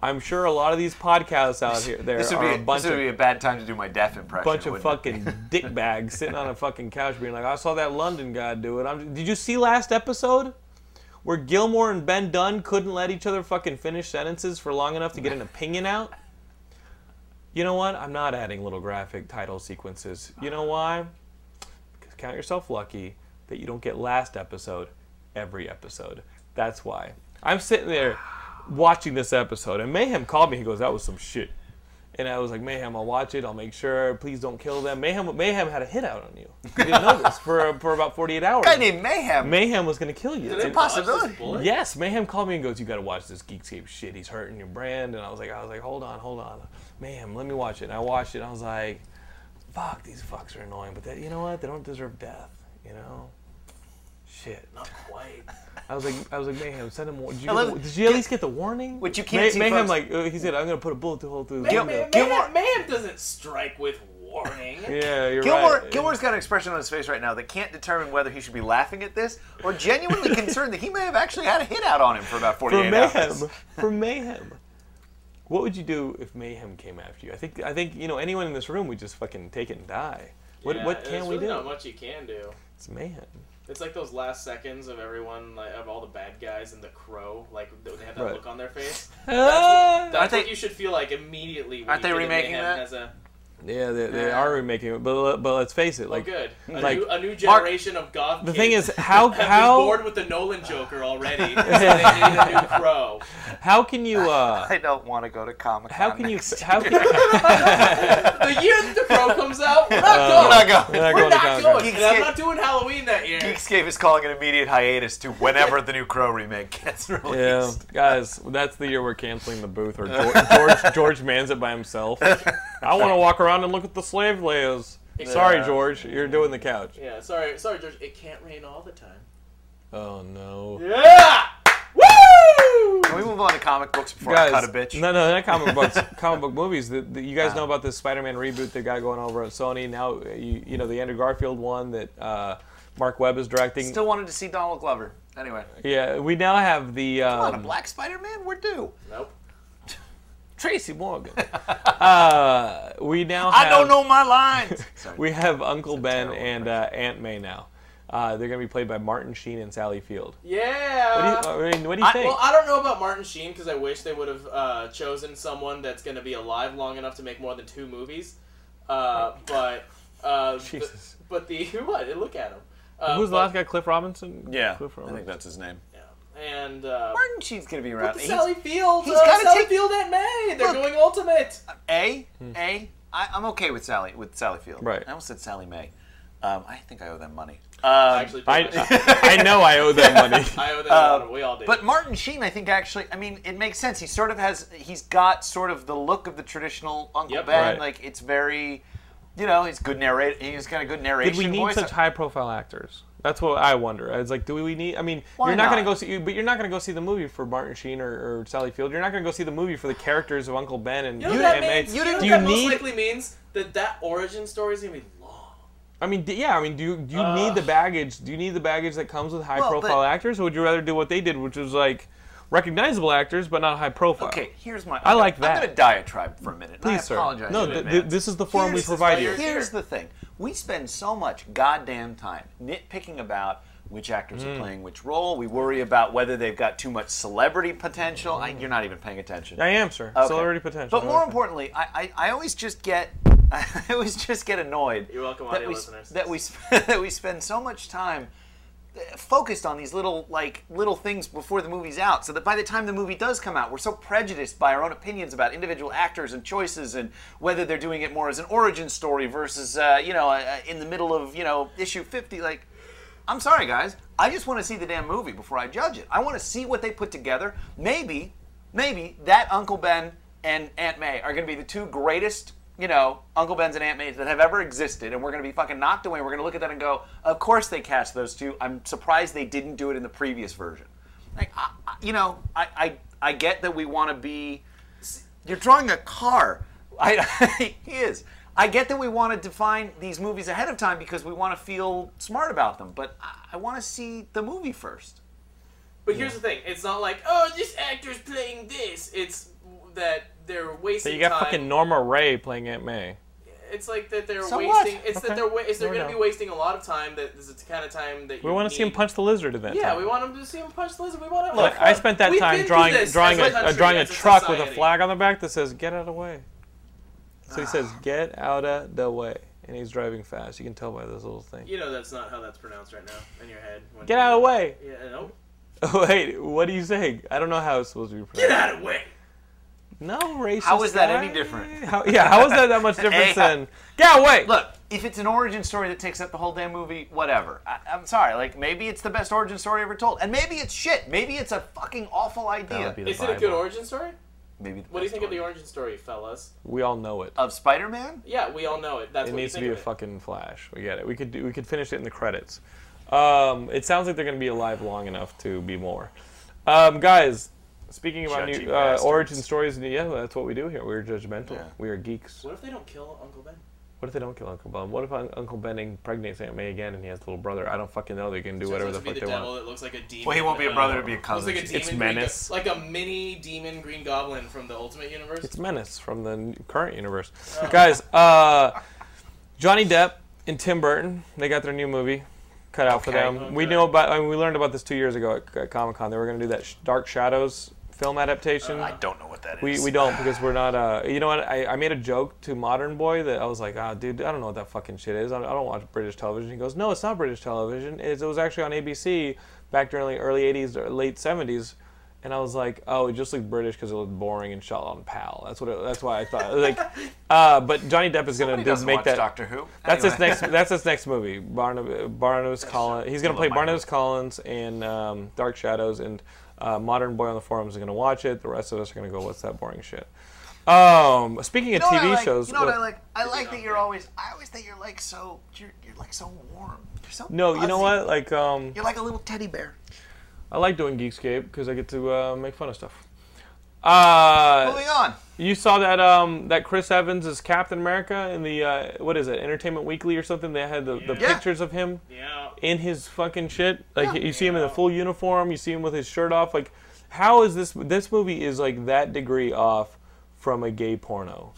S1: I'm sure a lot of these podcasts out here (laughs) there
S2: This would,
S1: are
S2: be,
S1: a bunch
S2: this would
S1: of
S2: be a bad time to do my deaf impression.
S1: bunch of
S2: wouldn't it?
S1: fucking
S2: (laughs)
S1: dickbags sitting on a fucking couch being like, I saw that London guy do it. I'm, did you see last episode? Where Gilmore and Ben Dunn couldn't let each other fucking finish sentences for long enough to get an opinion out? You know what? I'm not adding little graphic title sequences. You know why? Because count yourself lucky that you don't get last episode every episode. That's why. I'm sitting there watching this episode, and Mayhem called me. He goes, That was some shit. And I was like, Mayhem, I'll watch it. I'll make sure. Please don't kill them. Mayhem, Mayhem had a hit out on you. You didn't know this for, for about 48 hours.
S2: I need mayhem.
S1: Mayhem was going to kill you.
S3: Did they
S1: And-
S3: dodge this
S2: possibility.
S3: bullet?
S1: Yes, Mayhem called me and goes, "You got to watch this Geekscape shit. He's hurting your brand." And I was like, "I was like, hold on, hold on, Mayhem, let me watch it." And I watched it. and I was like, "Fuck, these fucks are annoying." But that, you know what? They don't deserve death. You know, shit.
S3: Not quite.
S1: I was like, I was like, Mayhem, send him. wa- Did you,
S2: I
S1: get
S2: love-
S1: the- did you at least get the warning?
S2: What you can't see,
S1: Mayhem
S2: folks-
S1: like uh, he said, "I'm gonna put a bullet hole through his
S3: Mayhem,
S1: window."
S2: Gilmore-
S3: Mayhem, Mayhem doesn't strike with warning.
S1: Yeah, you're
S2: Gilmore,
S1: right.
S2: Gilmore's got an expression on his face right now that can't determine whether he should be laughing at this or genuinely (laughs) concerned that he may have actually had a hit out on him for about
S1: for
S2: 48
S1: mayhem.
S2: hours.
S1: For mayhem. What would you do if mayhem came after you? I think I think you know anyone in this room would just fucking take it and die. What
S3: Yeah,
S1: what can
S3: there's
S1: we
S3: really
S1: do?
S3: Not much you can do.
S1: It's mayhem.
S3: It's like those last seconds of everyone, like of all the bad guys in The Crow, like they have that
S1: Right.
S3: look on
S2: (laughs)
S3: their face.
S1: Ah!
S2: Aren't
S3: That's what
S2: they-
S3: you should feel like immediately. When
S2: Aren't
S3: you
S2: they
S3: get in
S2: remaking
S3: Mayhem
S2: that?
S3: As a, oh,
S1: yeah, they, they
S2: Yeah.
S1: are remaking it, but but let's face it,
S3: oh,
S1: like
S3: good. A,
S1: like-
S3: new, a new generation of goth.
S1: the
S3: kids
S1: thing is, how
S3: (laughs) have been
S1: how (laughs)
S3: bored with the Nolan Joker already, (laughs) so they need a new Crow.
S1: how can you uh
S2: I don't want to go to Comic Con.
S1: how can you how can,
S3: (laughs)
S1: (laughs)
S3: The year that The Crow comes
S2: (laughs)
S3: out, we're
S2: We're
S3: not going.
S2: not going.
S1: Uh, We're not
S3: (laughs) We're
S1: going to
S3: not
S1: Congress.
S3: going. And I'm not doing Halloween that year.
S2: Geekscape is calling an immediate hiatus to whenever the new Crow remake gets (laughs) released.
S1: yeah, guys, that's the year we're canceling the booth or George George, George mans it by himself.
S2: (laughs)
S1: I want to walk around and look at the slave layers. Sorry,
S2: Yeah.
S1: George, you're doing the couch.
S3: Yeah, sorry, sorry, George. It can't rain all the time.
S1: Oh no.
S3: Yeah. Woo!
S2: Can we move on to comic books before
S1: Guys,
S2: I cut a bitch?
S1: No, no, not comic (laughs) books. comic book movies. The, the, you guys know about this Spider-Man reboot they got going over at Sony. Now, uh, you, you know the Andrew Garfield one that uh, Mark Webb is directing.
S2: Still wanted to see Donald Glover. Anyway,
S1: yeah, we now have the um,
S2: on a Black Spider-Man, we're due.
S3: Nope.
S1: Tracy
S2: (laughs)
S1: Morgan. uh, we now. Have,
S2: I don't know my lines. (laughs) Sorry.
S1: We have Uncle Ben
S2: terrible
S1: and uh, Aunt May now. Uh, they're gonna be played by Martin Sheen and Sally Field. What do
S3: Yeah.
S1: you, I mean, what do you
S2: Uh, I-
S1: think?
S3: Well, I don't know about Martin Sheen because I wish they would have uh, chosen someone that's going to be alive long enough to make more than two movies.
S1: (laughs)
S3: Uh, but uh, the-
S1: Jesus.
S3: but the (laughs) what? Look at him. Uh,
S1: Who's the
S3: but-
S1: last guy? Cliff Robinson.
S2: yeah,
S1: Cliff
S2: I think
S1: Robinson.
S2: that's his name.
S3: yeah. And uh,
S2: Martin Sheen's gonna be around.
S3: but
S2: He's-
S3: Sally Field.
S2: he's
S3: uh,
S2: gotta
S3: Sally
S2: take-
S3: Field and May. They're
S2: Look.
S3: going ultimate.
S2: A, A. I, I'm okay with Sally with Sally Field.
S1: Hmm. Right.
S2: I almost said Sally May. Um, I think I owe them money. Um,
S3: Actually,
S1: I, Uh,
S3: pretty
S1: (laughs)
S3: much.
S1: I I know I owe
S2: (laughs)
S1: them money.
S3: I owe them a lot of- We all did.
S2: But Martin Sheen, I think actually, I mean, it makes sense. He sort of has, he's got sort of the look of the traditional Uncle
S3: Yep.
S2: Ben.
S1: Right.
S2: Like it's very, you know, he's good narrate. He's got a good narration.
S1: Did we need
S2: voice.
S1: such high-profile actors? That's what I wonder. It's like, do we need? I mean,
S2: Why
S1: you're not, going
S2: not?
S1: to go see, but you're not going to go see the movie for Martin Sheen or, or Sally Field. You're not going to go see the movie for the characters of Uncle Ben and
S3: you know what
S1: Aunt
S3: that
S1: May.
S3: means? You know
S1: do
S3: what
S1: you
S3: that most
S1: need?
S3: likely means that that origin story is going to be long.
S1: I mean, d- yeah. I mean, do you do you
S3: Ugh.
S1: need the baggage? Do you need the baggage that comes with high-profile
S2: but-
S1: actors, or would you rather do what they did, which was like recognizable actors but not high-profile?
S2: Okay, here's my.
S1: I like that.
S2: I'm gonna diatribe for a minute. and
S1: please,
S2: I
S1: sir.
S2: apologize.
S1: No,
S2: in
S1: th- th-
S2: advance.
S1: this is the forum
S2: Here's
S1: we
S2: the
S1: provide
S3: thing.
S1: you.
S3: Here-
S2: Here's the thing: we spend so much goddamn time nitpicking about which actors
S1: Mm.
S2: are playing which role. We worry about whether they've got too much celebrity potential. I, you're not even paying attention.
S1: I am, sir.
S2: Okay.
S1: Celebrity potential.
S2: But more importantly, I, I, I always just get (laughs) I always just get annoyed.
S3: You're welcome,
S2: that
S3: audio
S2: we,
S3: listeners.
S2: That we sp- (laughs) that we spend so much time uh, focused on these little like little things before the movie's out, so that by the time the movie does come out, we're so prejudiced by our own opinions about individual actors and choices, and whether they're doing it more as an origin story versus uh, you know uh, in the middle of you know issue fifty. Like, I'm sorry, guys. I just want to see the damn movie before I judge it. I want to see what they put together. Maybe, maybe that Uncle Ben and Aunt May are going to be the two greatest you know, Uncle Ben's and Aunt May's that have ever existed, and we're going to be fucking not doing. We're going to look at that and go, of course they cast those two. I'm surprised they didn't do it in the previous version. Like, I, I- you know, I, I, I get that we want to be. You're drawing a car. I, (laughs) he is. I get that we want to define these movies ahead of time because we want to feel smart about them, but I, I want to see the movie first.
S3: But here's the thing: it's not like oh, this actor's playing this. It's that they're
S1: So
S3: wasting.
S1: you got
S3: time.
S1: fucking Norma Ray playing Aunt May.
S3: It's like that they're
S2: So what?
S3: wasting. It's
S1: Okay.
S3: that they're wa- is they're
S1: There we
S3: going to
S1: go.
S3: be wasting a lot of time. That this is the kind of time that
S1: We
S3: you
S1: want to see him
S3: need.
S1: punch the lizard in that.
S3: Yeah,
S1: time.
S3: we want him to see him punch the lizard. We want to
S1: Look, I spent that
S3: um, We've been
S1: time
S3: through
S1: drawing
S3: this
S1: drawing a,
S3: as
S1: uh,
S3: country,
S1: drawing a
S3: as
S1: truck with a
S3: society.
S1: flag on the back that says "Get out of the way." So he says "Get out of the way," and he's driving fast. You can tell by this little thing.
S3: You know that's not how that's pronounced right now in your head. when
S1: Get
S3: you-
S1: out of the way. (laughs)
S3: Yeah, no.
S1: Wait, what are you saying? I don't know how it's supposed to be
S3: Get
S1: pronounced.
S3: out of the way.
S1: No racist.
S2: How is that
S1: guy.
S2: any different?
S1: How, yeah, how is that that much difference
S2: Hey,
S1: than get out of the way?
S2: Look, if it's an origin story that takes up the whole damn movie, whatever. I, I'm sorry. Like maybe it's the best origin story ever told, and maybe it's shit. Maybe it's a fucking awful
S1: That
S2: idea.
S1: would be the
S3: Is it a good
S1: Bible.
S3: origin story?
S2: maybe.
S3: What do you think of the origin story, fellas?
S1: We all know it.
S2: of Spider-Man?
S3: Yeah, we all know it. That's
S1: It
S3: what
S1: needs to be
S3: you think
S1: a
S3: of it.
S1: fucking flash. We get it. We could do, we could finish it in the credits. Um, it sounds like they're going to be alive long enough to be more. Um, guys, speaking about
S2: Judgy
S1: new, uh, origin
S2: bastards.
S1: stories, and yeah, that's what we do here. We're judgmental.
S2: Yeah.
S1: We are geeks.
S3: What if they don't kill Uncle Ben?
S1: What if they don't kill Uncle Ben? What if Un- Uncle Ben impregnates Aunt May again and he has a little brother? I don't fucking know. They can do whatever the
S3: Turns
S1: fuck
S3: out to
S1: they
S3: be the devil
S1: want.
S3: that looks like a demon.
S2: Well, he won't be a
S3: uh,
S2: brother; it'd be a
S3: Looks
S2: cousin.
S3: like a demon.
S1: It's
S3: Green
S1: menace.
S3: Go- like a mini demon Green Goblin from the Ultimate Universe.
S1: It's Menace from the n- current universe. (laughs) Guys, uh, Johnny Depp and Tim Burton, they got their new movie cut out for
S2: Okay.
S1: them.
S3: Oh,
S1: We
S3: good.
S1: knew about, I mean, we learned about this two years ago at, at Comic Con. They were going to do that sh- Dark Shadows film adaptation.
S2: I don't know what that is.
S1: we, we don't because we're not. Uh, you know what? I, I made a joke to Modern Boy that I was like, ah, dude, I don't know what that fucking shit is. I, I don't watch British television. He goes, no, it's not British television. It's, it was actually on ABC back during the early 80s or late 70s. And I was like, oh, it just looked British because it looked boring and shot on PAL. That's what. It, that's why I thought.
S2: (laughs)
S1: Like, uh, but Johnny Depp is
S2: Nobody
S1: going to
S2: doesn't
S1: make
S2: watch
S1: that.
S2: Doctor Who.
S1: That's his
S2: Anyway.
S1: next. That's his next movie. Barnabas, Barnabas Collins. He's gonna
S2: Love
S1: play
S2: my
S1: Barnabas Collins in um, Dark Shadows, and uh, Modern Boy on the forums is gonna watch it. The rest of us are gonna go, "What's that boring shit?" Um, speaking of
S2: You know what I
S1: TV
S2: like?
S1: shows,
S2: You know what
S1: look-
S2: I like? I like that
S3: don't
S2: you're
S3: think-
S2: always. I always think you're like so. You're, you're like so warm. You're so.
S1: no, you know
S2: fuzzy.
S1: what? Like, um,
S2: You're like a little teddy bear.
S1: I like doing Geekscape because I get to uh, make fun of stuff. Uh,
S2: Moving on.
S1: you saw that um, that Chris Evans is Captain America in the uh, what is it? Entertainment Weekly or something? They had the, the
S3: Yeah.
S1: pictures of him.
S3: yeah.
S1: in his fucking shit. Like
S2: Yeah.
S1: you see him in the full uniform, you see him with his shirt off. Like, how is this? This movie is like that degree off from a gay porno.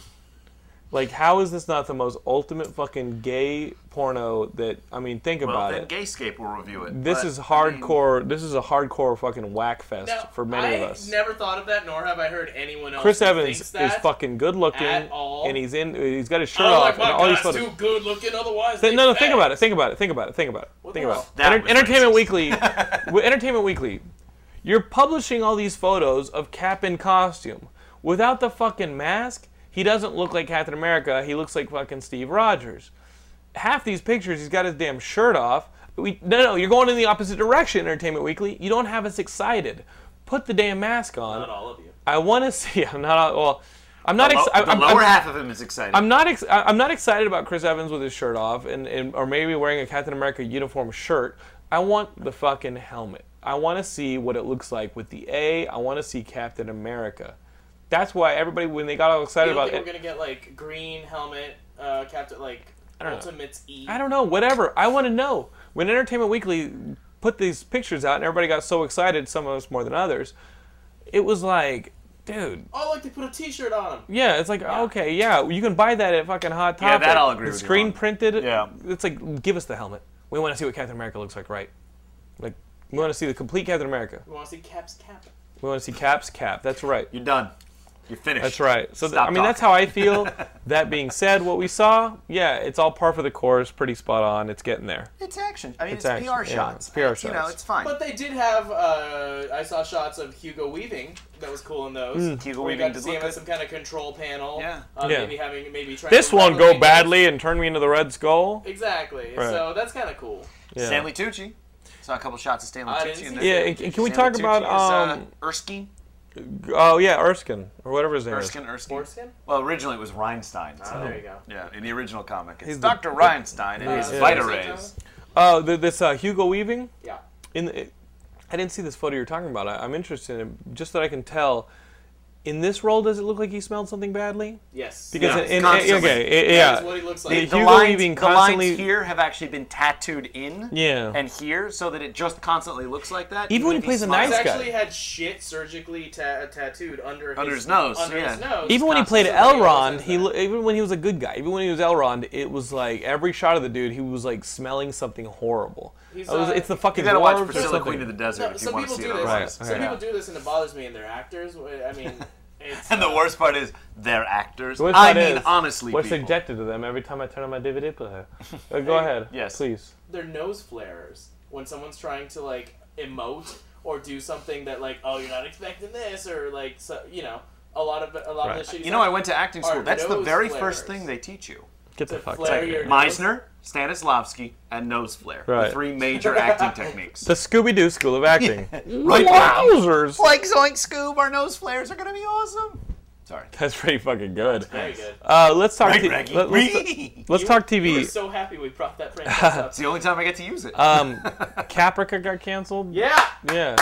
S1: Like, how is this not the most ultimate fucking gay porno that? I mean, think about it.
S2: Gayscape will review it.
S1: This is hardcore. this is a hardcore fucking whack fest
S3: Now,
S1: for many of
S3: I
S1: us.
S3: never thought of that, nor have I heard anyone else.
S1: Chris
S3: who
S1: Evans
S3: thinks
S1: is
S3: that.
S1: fucking good looking,
S3: at all.
S1: and he's in. He's got his shirt
S3: I was
S1: off,
S3: like, my
S1: and all these
S3: God's
S1: photos.
S3: too good looking. Otherwise,
S1: Th-
S3: they
S1: no, no.
S3: fat.
S1: Think about it. Think about it. Think about it. Think about it. think
S3: the
S1: about
S3: hell?
S1: it.
S2: That
S1: Enter-
S2: was
S1: Entertainment
S2: racist. (laughs)
S1: Weekly. w- Entertainment Weekly. You're publishing all these photos of Cap in costume without the fucking mask. He doesn't look like Captain America. He looks like fucking Steve Rogers. Half these pictures, he's got his damn shirt off. We, no, no, you're going in the opposite direction, Entertainment Weekly. You don't have us excited. Put the damn mask on.
S3: Not all of you.
S1: I want to (laughs) see. I'm not. Well, I'm not. Ex- I-
S2: the
S1: I'm-
S2: lower
S1: I'm-
S2: half of him is exciting.
S1: I'm not ex- I- I'm not excited about Chris Evans with his shirt off and, and or maybe wearing a Captain America uniform shirt. I want the fucking helmet. I want to see what it looks like with the A. I want to see Captain America. That's why everybody when they got all excited
S3: You don't
S1: about
S3: think we're
S1: it.
S3: gonna get like green helmet, uh, Captain like
S1: don't know.
S3: Ultimates E?
S1: I don't know, whatever. I want to know. When Entertainment Weekly put these pictures out and everybody got so excited, some of us more than others, it was like, dude,
S3: Oh, like they put a T-shirt on him.
S1: Yeah, it's like okay, yeah, you can buy that at fucking Hot Topic.
S2: Yeah, that I'll agree
S1: It's
S2: with you
S1: Screen
S2: on.
S1: printed.
S2: Yeah.
S1: it's like give us the helmet. We want to see what Captain America looks like, right? Like we want to see the complete Captain America.
S3: We want to see Cap's cap.
S1: We want to see Cap's cap. That's right.
S2: You're done. You're finished.
S1: That's right. So th-
S2: Stop
S1: I mean, that's how I
S2: (laughs)
S1: feel. that being said, what we saw, yeah, it's all par for the course. Pretty spot on. It's getting there.
S2: It's action. I mean,
S1: It's
S2: it's,
S1: action,
S2: PR
S1: yeah,
S2: shots.
S1: it's PR
S2: You know,
S1: shots.
S2: it's fine.
S3: But they did have. Uh, I saw shots of Hugo Weaving. That was cool in those.
S1: Hmm,
S2: Hugo
S3: we
S2: Weaving
S3: got to
S2: did
S3: see him
S2: look
S3: at some kind of control panel.
S2: Yeah.
S3: Uh,
S1: Yeah.
S3: Maybe having maybe trying.
S1: This
S3: to
S1: won't go
S3: replicate-
S1: badly and turn me into the Red Skull.
S3: Exactly.
S1: Right.
S3: So that's kind of cool.
S1: Yeah.
S2: Stanley Tucci. Saw a couple shots of Stanley
S3: I
S2: Tucci.
S3: didn't
S2: in
S3: see
S2: this.
S3: that.
S1: Yeah, and, and can we
S2: Stanley
S1: talk about
S2: Tucci is,
S1: um,
S2: uh, Erskine?
S1: Oh yeah, Erskine or whatever his name
S2: Erskine, Erskine.
S3: Foreskin?
S2: Well, originally it was Reinstein. So.
S3: Oh, there you go.
S2: Yeah, in the original comic, it's
S1: He's the-
S2: Doctor Reinstein and
S3: Uh,
S2: his
S3: yeah.
S2: Vita
S3: Saint
S2: rays.
S3: John?
S1: is. Oh, th- this uh, Hugo Weaving.
S3: Yeah.
S1: in the, I didn't see this photo you're talking about. I, I'm interested in it, just that I can tell. In this role, does it look like he smelled something badly?
S3: Yes.
S1: Because
S2: Yeah,
S1: in, in,
S2: constantly.
S1: okay, it-
S3: That is
S1: yeah,
S3: what he looks
S2: The,
S3: like.
S1: Hugo
S2: the lines,
S1: Weaving
S2: the lines
S1: constantly-
S2: here have actually been tattooed in
S1: Yeah.
S2: and here, so that it just constantly looks like that.
S1: Even when
S2: if
S1: he plays a
S2: smiles.
S3: He's
S1: nice guy.
S3: actually had shit surgically ta- uh, tattooed under
S2: Under his
S3: his
S2: nose,
S3: Under
S2: yeah.
S3: his nose.
S1: even when he played
S3: Somebody else
S1: Elrond,
S3: says
S1: he
S3: that.
S1: lo- even when he was a good guy, even when he was Elrond, it was like every shot of the dude, he was like smelling something horrible.
S3: He's,
S1: I was-
S3: uh,
S1: it's the fucking
S2: You gotta watch
S1: dwarves or
S2: Priscilla
S1: something.
S2: Queen of the Desert
S3: No,
S2: if you
S3: some
S2: want
S3: people
S2: to see
S3: do
S2: it.
S3: this.
S1: Right,
S3: some
S1: right.
S3: people do this, and it bothers me. And they're actors. I mean,
S2: (laughs)
S3: it's,
S2: And the worst part is they're actors.
S1: The worst
S2: I
S1: part
S2: mean,
S1: is,
S2: honestly,
S1: what's
S2: people.
S1: subjected to them every time I turn on my DVD player? Uh, go ahead,
S2: Yes.
S1: please.
S3: they're nose flares when someone's trying to like emote or do something that like oh you're not expecting this or like so, you know a lot of a lot
S1: Right.
S3: of the shit.
S2: you know, I went to acting school.
S3: Are
S2: That's the
S3: nose
S2: very
S3: flares.
S2: first thing they teach you.
S1: Get the
S3: To
S1: fuck
S3: flare
S1: out of
S3: your-
S1: here.
S2: Meisner, Stanislavski, and nose flare.
S1: Right.
S2: The three major acting
S1: (laughs)
S2: techniques.
S1: The Scooby Doo School of Acting.
S2: right now.
S1: Wowzers!
S2: Like Zoink Scoob, our nose flares are gonna be awesome.
S1: (laughs)
S2: Sorry.
S1: That's pretty fucking good.
S3: very good.
S1: Uh, let's talk.
S2: Right,
S1: t-
S2: Reggie.
S1: let-
S2: (laughs)
S1: let's,
S2: Whee!
S1: let's
S3: You-
S1: talk
S3: You were
S1: TV.
S3: so happy we
S2: (laughs)
S3: brought that franchise up.
S2: It's the only time I get to use it. (laughs)
S1: Um, Caprica got canceled.
S3: Yeah.
S1: Yeah.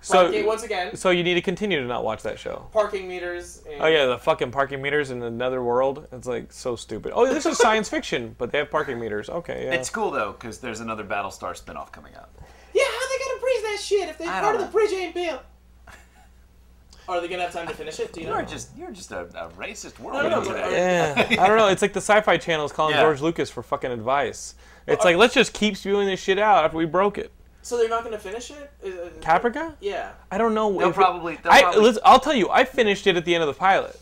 S3: Parking
S1: So,
S3: once again.
S1: so you need to continue to not watch that show.
S3: Parking meters. And
S1: Oh yeah, the fucking parking meters in another world. It's like so stupid. Oh, this is science fiction, but they have parking meters. Okay, yeah.
S2: it's cool though, because there's another Battlestar spinoff coming out.
S3: Yeah, how are they gonna bridge that shit if they
S2: I
S3: part
S2: don't
S3: of the bridge ain't built? (laughs) Are they gonna have time to finish it? Do you know?
S2: You're just you're just a, a racist world
S3: no, but-
S2: today.
S1: yeah, I don't know. It's like the Sci-Fi Channel is calling
S2: Yeah. Uh,
S1: George Lucas for fucking advice. It's like let's just keep spewing this shit out after we broke it.
S3: So they're not gonna finish it? Is- is-
S1: Caprica?
S3: Yeah.
S1: I don't know.
S2: They'll
S1: if it-
S2: probably- they'll
S1: I,
S2: probably-
S1: listen, I'll tell you. I finished it at the end of the pilot.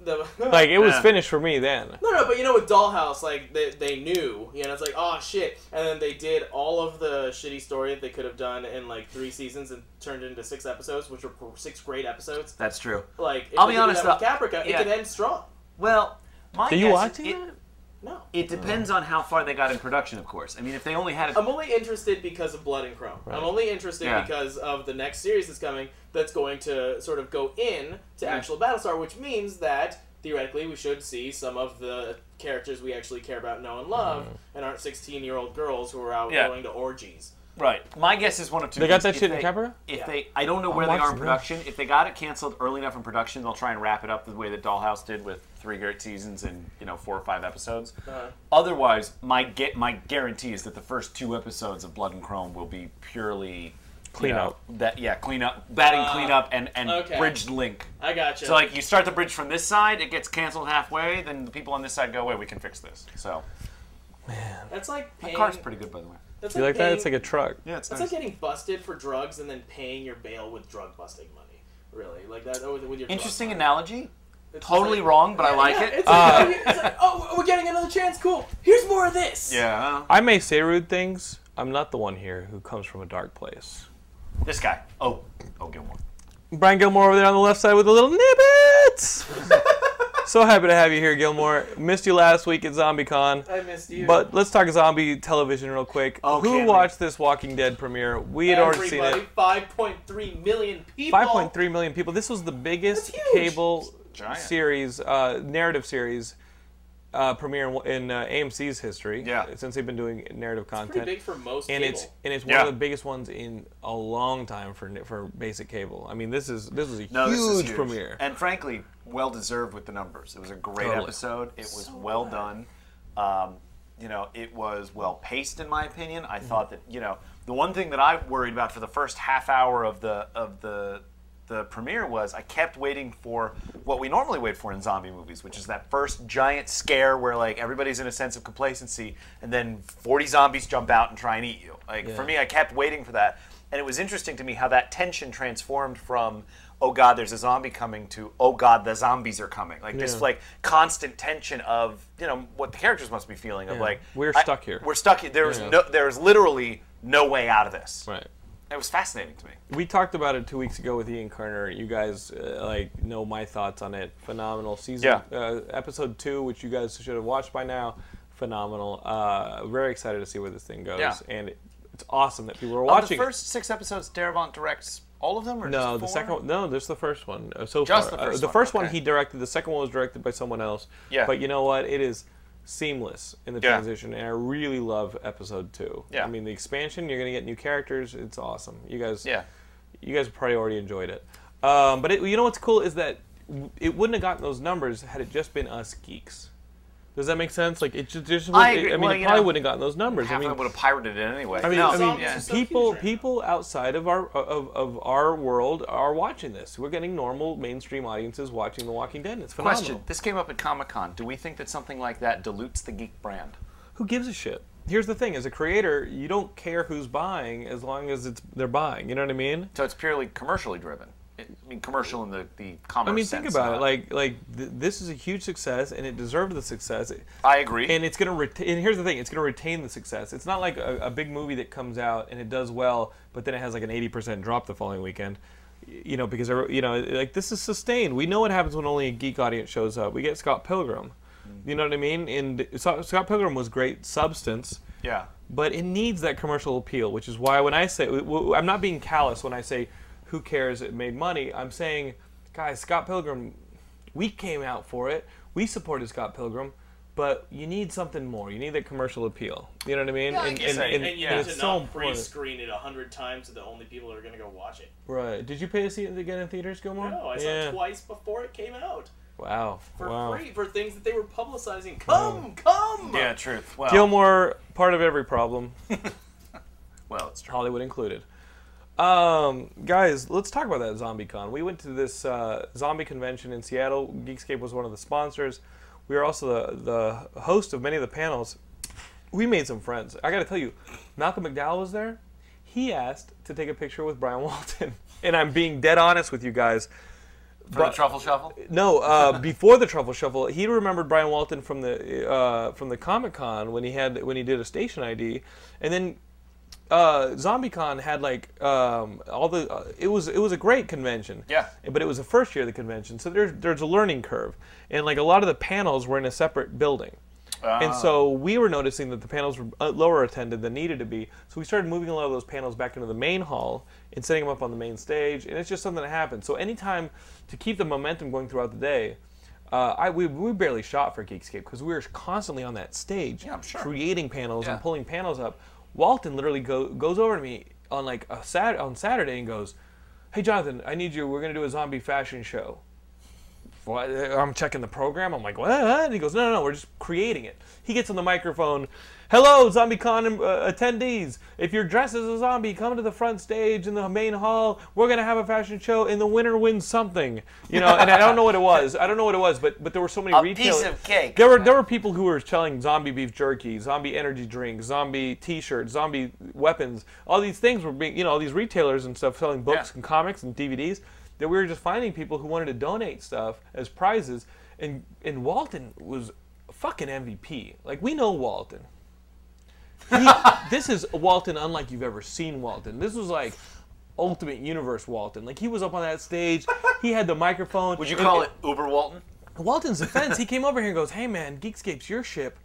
S3: The, (laughs)
S1: Like it was
S2: Yeah.
S1: finished for me then.
S3: No, no, but you know with Dollhouse, like they, they knew, you know, it's like oh shit, and then they did all of the shitty story that they could have done in like three seasons and turned into six episodes, which were six great episodes.
S2: That's true.
S3: Like if
S2: I'll
S3: they
S2: be
S3: did
S2: honest,
S3: that with
S2: though.
S3: Caprica,
S2: Yeah.
S3: it could end strong.
S2: Well, my
S1: Are you
S2: guess is
S1: watching
S2: it,
S1: that?
S3: No,
S2: It depends on how far they got in production, of course. I mean, if they only had
S3: I'm
S2: a,
S3: only interested because of Blood and Chrome. I'm only interested
S2: Yeah.
S3: because of the next series that's coming that's going to sort of go in to actual Battlestar, which means that theoretically we should see some of the characters we actually care about, know, and love, and aren't 16 year old girls who are out
S2: Mm-hmm. Yeah.
S3: going to orgies.
S2: right, my guess is one of two.
S1: They got
S2: things.
S1: that
S2: If
S1: shit in
S2: they-
S1: Caprica?
S2: If
S3: Yeah.
S2: they, I don't know where they
S1: watch
S2: are in
S1: it.
S2: production. If they got it canceled early enough in production, they'll try and wrap it up the way that Dollhouse did with three great seasons and you know four or five episodes.
S3: Uh,
S2: Otherwise, my get my guarantee is that the first two episodes of Blood and Chrome will be purely
S1: Clean
S2: you know,
S1: up.
S2: That yeah, clean up, batting
S3: Uh,
S2: clean up, and and
S3: okay.
S2: bridge link.
S3: I gotcha.
S2: So like you start the bridge from this side, it gets canceled halfway. Then the people on this side go, "Wait, we can fix this." So
S3: that's like
S2: the
S3: paying,
S2: car's pretty good, by the way.
S3: That's
S1: You like that?
S3: paying,
S1: It's like a truck.
S2: Yeah, it's
S3: that's like getting busted for drugs and then paying your bail with drug busting money. Really, like that with, with your drug
S2: Interesting
S3: money.
S2: analogy.
S3: It's
S2: Totally
S3: like-
S2: wrong, but I
S3: Yeah,
S2: like
S3: yeah,
S2: it. Uh,
S3: It's like, it's like, oh, we're getting another chance. Cool. Here's more of this.
S2: yeah.
S1: I may say rude things. I'm not the one here who comes from a dark place.
S2: This guy. Oh, oh, Gilmore.
S1: Brian Gilmore over there on the left side with the little (laughs) nibbits. so happy to have you here, Gilmore. Missed you last week at ZombieCon.
S3: I missed you.
S1: But let's talk zombie television real quick.
S2: Okay,
S1: Who
S2: man.
S1: watched this Walking Dead premiere? We had already seen it.
S3: Five point three million people.
S1: 5.3 million people. This was the biggest
S3: That's huge.
S1: cable
S2: Giant.
S1: series, uh, narrative series uh, premiere in, in uh, AMC's history.
S2: Yeah.
S1: Since they've been doing narrative
S3: Pretty
S1: content.
S3: big for most
S1: and
S3: people.
S1: it's and it's one
S2: Yeah.
S1: of the biggest ones in a long time for for basic cable. I mean, this is this was a
S2: No,
S1: huge,
S2: this is huge.
S1: premiere.
S2: and frankly, well deserved with the numbers. It was a great
S1: Totally.
S2: episode. It was well done. Um, you know, it was well paced in my opinion.
S1: Mm-hmm.
S2: I thought that you know the one thing that I worried about for the first half hour of the of the the premiere was I kept waiting for what we normally wait for in zombie movies, which is that first giant scare where like everybody's in a sense of complacency, and then forty zombies jump out and try and eat you. Like for
S1: Yeah.
S2: me, I kept waiting for that. And it was interesting to me how that tension transformed from, oh God, there's a zombie coming to, oh God, the zombies are coming. Like this
S1: Yeah.
S2: like constant tension of, you know, what the characters must be feeling of
S1: Yeah.
S2: like
S1: We're
S2: I-
S1: stuck here.
S2: We're stuck here. There's
S1: Yeah.
S2: no there's literally no way out of this.
S1: right.
S2: It was fascinating to me.
S1: We talked about it two weeks ago with Ian Kerner. You guys uh, like know my thoughts on it. Phenomenal season,
S2: Yeah.
S1: uh, episode two, which you guys should have watched by now. Phenomenal. Uh, very excited to see where this thing goes,
S2: Yeah.
S1: and it, it's awesome that people are
S2: Of the
S1: watching. it.
S2: first six episodes, Darabont directs all of them, or
S1: No,
S2: just
S1: the
S2: four?
S1: second one. No, there's the first one. uh, So
S2: Just
S1: far,
S2: the
S1: Uh,
S2: first
S1: the
S2: one,
S1: first one
S2: okay.
S1: he directed. The second one was directed by someone else.
S2: Yeah.
S1: But you know what? It is seamless in the
S2: Yeah.
S1: transition, and I really love episode two.
S2: Yeah.
S1: I mean, the expansion. You're gonna get new characters. It's awesome. You guys.
S2: Yeah,
S1: You guys probably already enjoyed it. Um, but it, you know what's cool is that w- it wouldn't have gotten those numbers had it just been us geeks. Does that make sense? Like it just, just
S2: I
S1: would-
S2: agree.
S1: mean,
S2: Well,
S1: it
S2: you
S1: probably
S2: know,
S1: wouldn't have gotten those numbers.
S2: half
S1: I mean,
S2: of them would have pirated it anyway.
S1: I mean,
S2: no,
S1: I mean
S2: yeah.
S3: so huge
S1: people
S3: right now.
S1: people outside of our of, of our world are watching this. We're getting normal mainstream audiences watching The Walking Dead. and It's phenomenal.
S2: Question: This came up at Comic Con. Do we think that something like that dilutes the geek brand?
S1: Who gives a shit? Here's the thing: as a creator, you don't care who's buying as long as it's they're buying. You know what I mean?
S2: So it's purely commercially driven. It, I mean, commercial in the the commerce.
S1: I mean, think
S2: sense,
S1: about it.
S2: not-
S1: Like like th- this is a huge success, and it deserved the success.
S2: I agree.
S1: and it's going to retain. And here's the thing: it's going to retain the success. It's not like a, a big movie that comes out and it does well, but then it has like an 80% drop the following weekend. Y- You know, because every- you know, like this is sustained. We know what happens when only a geek audience shows up. We get Scott Pilgrim. You know what I mean? And so, Scott Pilgrim was great substance,
S2: yeah,
S1: but it needs that commercial appeal, which is why when I say w- w- I'm not being callous when I say who cares it made money, I'm saying guys, Scott Pilgrim we came out for it. We supported Scott Pilgrim, but you need something more. You need that commercial appeal. You know what I mean?
S3: I
S1: and,
S3: guess
S1: and-
S2: I-
S1: and-
S3: And you
S1: and
S3: have
S1: it's
S3: to
S1: so
S3: not
S1: important.
S3: pre-screen it a hundred times to the only people that are gonna go watch it.
S1: Right. Did you pay to see it again in theaters, Gilmore?
S3: No, I saw
S1: yeah.
S3: it twice before it came out
S1: Wow.
S3: for
S1: wow.
S3: free for things that they were publicizing. Come, come.
S2: yeah, truth. Well,
S1: Gilmore, part of every problem,
S2: well, it's true.
S1: Hollywood included. Um, guys, let's talk about that ZombieCon. We went to this uh, zombie convention in Seattle. Geekscape was one of the sponsors. We were also the, the host of many of the panels. We made some friends. I got to tell you, Malcolm McDowell was there. He asked to take a picture with Brian Walton, (laughs) and I'm being dead honest with you guys.
S2: For
S1: but-
S2: the truffle shuffle.
S1: No, uh, before the Truffle Shuffle, he remembered Brian Walton from the uh, from the Comic Con when he had when he did a station ID, and then uh, ZombieCon had like um, all the uh, it was it was a great convention.
S2: Yeah.
S1: But it was the first year of the convention, so there's there's a learning curve, and like a lot of the panels were in a separate building. And so we were noticing that the panels were uh, lower attended than needed to be. So we started moving a lot of those panels back into the main hall and setting them up on the main stage. And it's just something that happened. So anytime to keep the momentum going throughout the day, uh, I, we, we barely shot for Geekscape because we were constantly on that stage,
S2: Yeah, I'm sure.
S1: creating panels
S2: Yeah.
S1: and pulling panels up. Walton literally go, goes over to me on like a sat on Saturday and goes, "Hey Jonathan, I need you. We're gonna do a zombie fashion show." What? I'm checking the program. I'm like, what? And he goes, no, no, no, we're just creating it. He gets on the microphone. Hello, ZombieCon uh, attendees. If you're dressed as a zombie, come to the front stage in the main hall. We're gonna have a fashion show, and the winner wins something. You know, and I don't know
S2: (laughs)
S1: what it was. I don't know what it was, but but there were so many
S2: A
S1: retail-
S2: piece of cake.
S1: There were there were people who were selling zombie beef jerky, zombie energy drinks, zombie T-shirts, zombie weapons. All these things were being, you know, all these retailers and stuff selling books
S2: Yeah.
S1: and comics and DVDs. That we were just finding people who wanted to donate stuff as prizes, and and Walton was fucking MVP. Like we know Walton.
S2: (laughs)
S1: He, this is Walton unlike you've ever seen Walton. This was like. Ultimate Universe Walton. Like, he was up on that stage. He had the microphone.
S2: Would you call it Uber Walton?
S1: Walton's defense, he came over here and goes, "Hey man, Geekscape's your ship.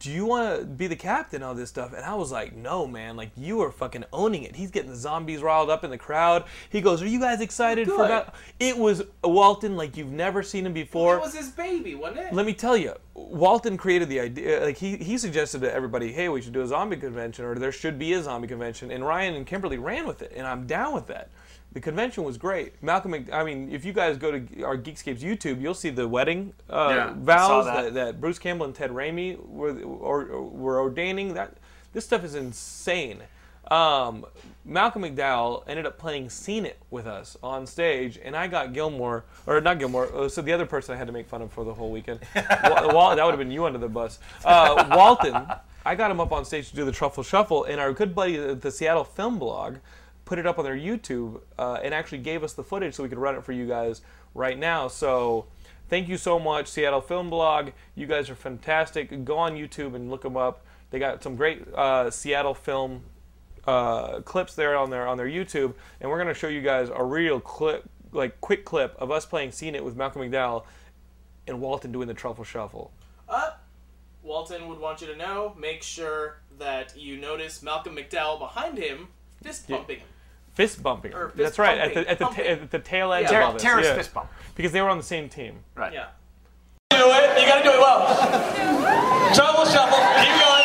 S1: Do you want to be the captain of this stuff?" And I was like, "No, man. Like you are fucking owning it." He's getting the zombies riled up in the crowd. He goes, "Are you guys excited for
S3: Good.
S1: about?" It was Walton like you've never seen him before.
S3: That was his baby, wasn't it?
S1: Let me tell you, Walton created the idea. Like he, he suggested to everybody, "Hey, we should do a zombie convention, or there should be a zombie convention." And Ryan and Kimberly ran with it, and I'm down with that. The convention was great. Malcolm, Mc- I mean, if you guys go to our Geekscape's YouTube, you'll see the wedding uh,
S2: Yeah, saw
S1: vows
S2: that.
S1: that. That, Bruce Campbell and Ted Raimi were or, or were ordaining. That this stuff is insane. Um, Malcolm McDowell ended up playing "Seen It" with us on stage, and I got Gilmore, or not Gilmore. uh, So the other person I had to make fun of for the whole
S2: (laughs)
S1: weekend, Wa- Wal- that would have been you under the bus. Uh, Walton, I got him up on stage to do the Truffle Shuffle, and our good buddy at the Seattle Film Blog put it up on their YouTube uh, and actually gave us the footage so we could run it for you guys right now. So thank you so much, Seattle Film Blog. You guys are fantastic. Go on YouTube and look them up. They got some great uh, Seattle film uh, clips there on their on their YouTube, and we're gonna show you guys a real clip, like quick clip of us playing "Seen It" with Malcolm McDowell and Walton doing the Truffle Shuffle.
S3: Up. Walton would want you to know. Make sure that you notice Malcolm McDowell behind him, fist pumping him.
S1: fist bumping.
S3: Or fist
S1: That's right, at
S3: pumping.
S1: the, at the, ta-
S3: Pumping.
S1: at the tail end
S3: Yeah.
S2: Ter-
S3: Terror-
S1: of all this.
S2: terrorist
S1: yeah.
S2: fist bump.
S1: Because they were on the same team.
S2: Right.
S3: Yeah.
S4: Do it. You gotta do it well. Double shuffle. Keep going.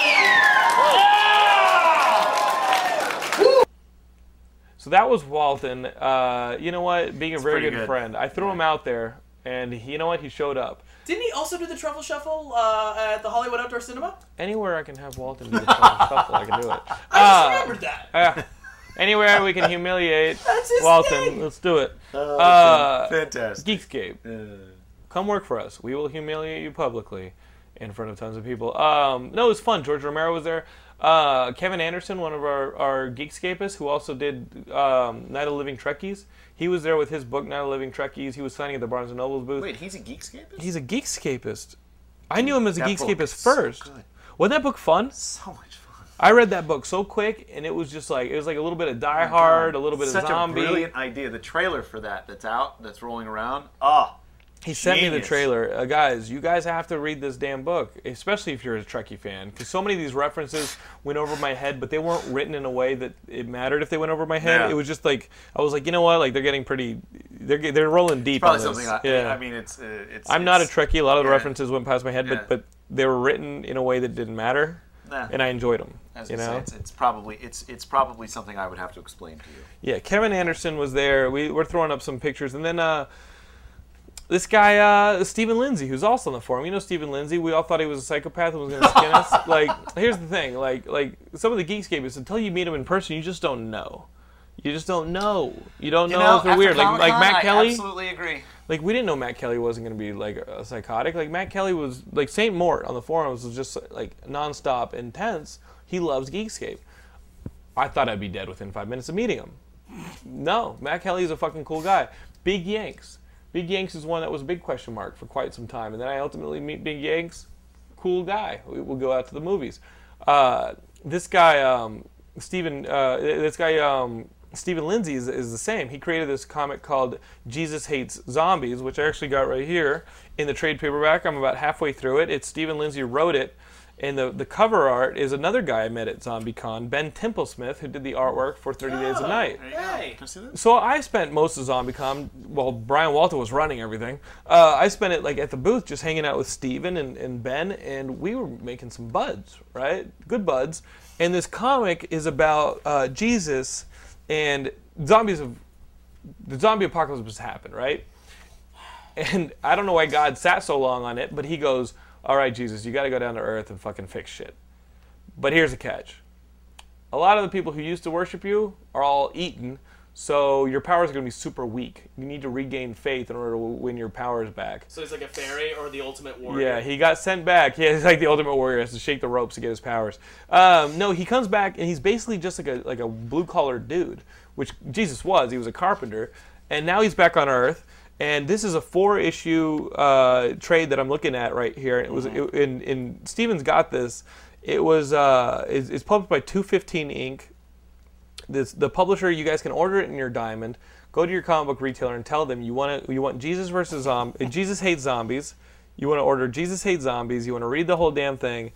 S1: So that was Walton. Uh, you know what? Being a very
S2: pretty
S1: good,
S2: good.
S1: friend, I threw him out there, and he, you know what? He showed up.
S3: Didn't he also do the truffle shuffle uh, at the Hollywood Outdoor Cinema?
S1: Anywhere I can have Walton do the fucking shuffle, I can do it.
S3: I just
S1: Ah.
S3: remembered that.
S1: Uh, anywhere we can humiliate
S3: (laughs) That's his
S1: Walton,
S3: thing.
S1: let's do it. Uh,
S2: Fantastic. Uh,
S1: Geekscape, come work for us. We will humiliate you publicly in front of tons of people. Um, no, it was fun. George Romero was there. Uh, Kevin Anderson, one of our, our Geekscapists, who also did um, Night of the Living Trekkies, he was there with his book, Night of the Living Trekkies. He was signing at the Barnes & Noble's booth.
S2: Wait, he's a Geekscape?
S1: He's a Geekscapist. I knew him as a
S2: That book is
S1: Geekscapist
S2: so
S1: first.
S2: good.
S1: Wasn't that book fun?
S2: So much fun.
S1: I read that book so quick, and it was just like it was like a little bit of Die Hard, a little bit
S2: Oh Such
S1: of zombie.
S2: a brilliant idea. The trailer for that that's out, that's rolling around. Ah,
S1: he sent me the
S2: genius.
S1: trailer, uh, guys. You guys have to read this damn book, especially if you're a Trekkie fan, because so many of these references went over my head, but they weren't written in a way that it mattered if they went over my head.
S2: Yeah.
S1: It was just like I was like, you know what? Like they're getting pretty, they're get- they're rolling deep.
S2: probably
S1: on this.
S2: something. I,
S1: yeah.
S2: I mean, it's uh, it's.
S1: I'm not a
S2: it's-
S1: Trekkie. A lot of the
S2: yeah.
S1: references went past my head,
S2: Yeah.
S1: but but they were written in a way that didn't matter,
S2: Nah.
S1: and I enjoyed them.
S2: I was
S1: you know,
S2: gonna say, it's, it's probably it's it's probably something I would have to explain to you.
S1: Yeah, Kevin Anderson was there. We were throwing up some pictures, and then uh, this guy uh, Stephen Lindsay, who's also on the forum. You know Stephen Lindsay. We all thought he was a psychopath and was going to skin (laughs) us. Like, here's the thing. Like, like some of the Geekscapists, until you meet him in person, you just don't know. You just don't know. You don't know, if they're
S2: after
S1: weird. Like, like
S2: Comic-Con,
S1: Matt
S2: I
S1: Kelly.
S2: absolutely agree.
S1: Like, we didn't know Matt Kelly wasn't going to be like a psychotic. Like Matt Kelly was like Saint Mort on the forums was just like nonstop intense. He loves Geekscape. I thought I'd be dead within five minutes of meeting him. No, Matt Kelly's a fucking cool guy. Big Yanks. Big Yanks is one that was a big question mark for quite some time, and then I ultimately meet Big Yanks. Cool guy. We will go out to the movies. Uh, this guy, um, Stephen. Uh, this guy, um, Stephen Lindsay, is, is the same. He created this comic called Jesus Hates Zombies, which I actually got right here in the trade paperback. I'm about halfway through it. It's Stephen Lindsay wrote it. And the, the cover art is another guy I met at ZombieCon, Ben Templesmith, who did the artwork for 30 Days a
S3: Oh.
S1: Night.
S3: Hey.
S2: Can I see this?
S1: So I spent most of ZombieCon while Brian Walter was running everything. Uh, I spent it like at the booth, just hanging out with Steven and, and Ben, and we were making some buds, right? Good buds. And this comic is about uh, Jesus and zombies have the zombie apocalypse has happened, right? And I don't know why God sat so long on it, but he goes, "All right, Jesus, you got to go down to earth and fucking fix shit." But here's the catch: a lot of the people who used to worship you are all eaten, so your powers are going to be super weak. You need to regain faith in order to win your powers back.
S3: So he's like a fairy or the ultimate warrior.
S1: Yeah, he got sent back. (laughs) Yeah, he's like the Ultimate Warrior has to shake the ropes to get his powers. Um, no, he comes back and he's basically just like a like a blue collar dude, which Jesus was. He was a carpenter, and now he's back on Earth. And this is a four issue uh, trade that I'm looking at right here. And it was it, and, and Stevens got this. It was uh, it's, it's published by 215 Inc this the publisher you guys can order it in your diamond go to your comic book retailer and tell them you want to you want jesus versus zom- uh, jesus hates zombies you want to order jesus hates zombies you want to read the whole damn thing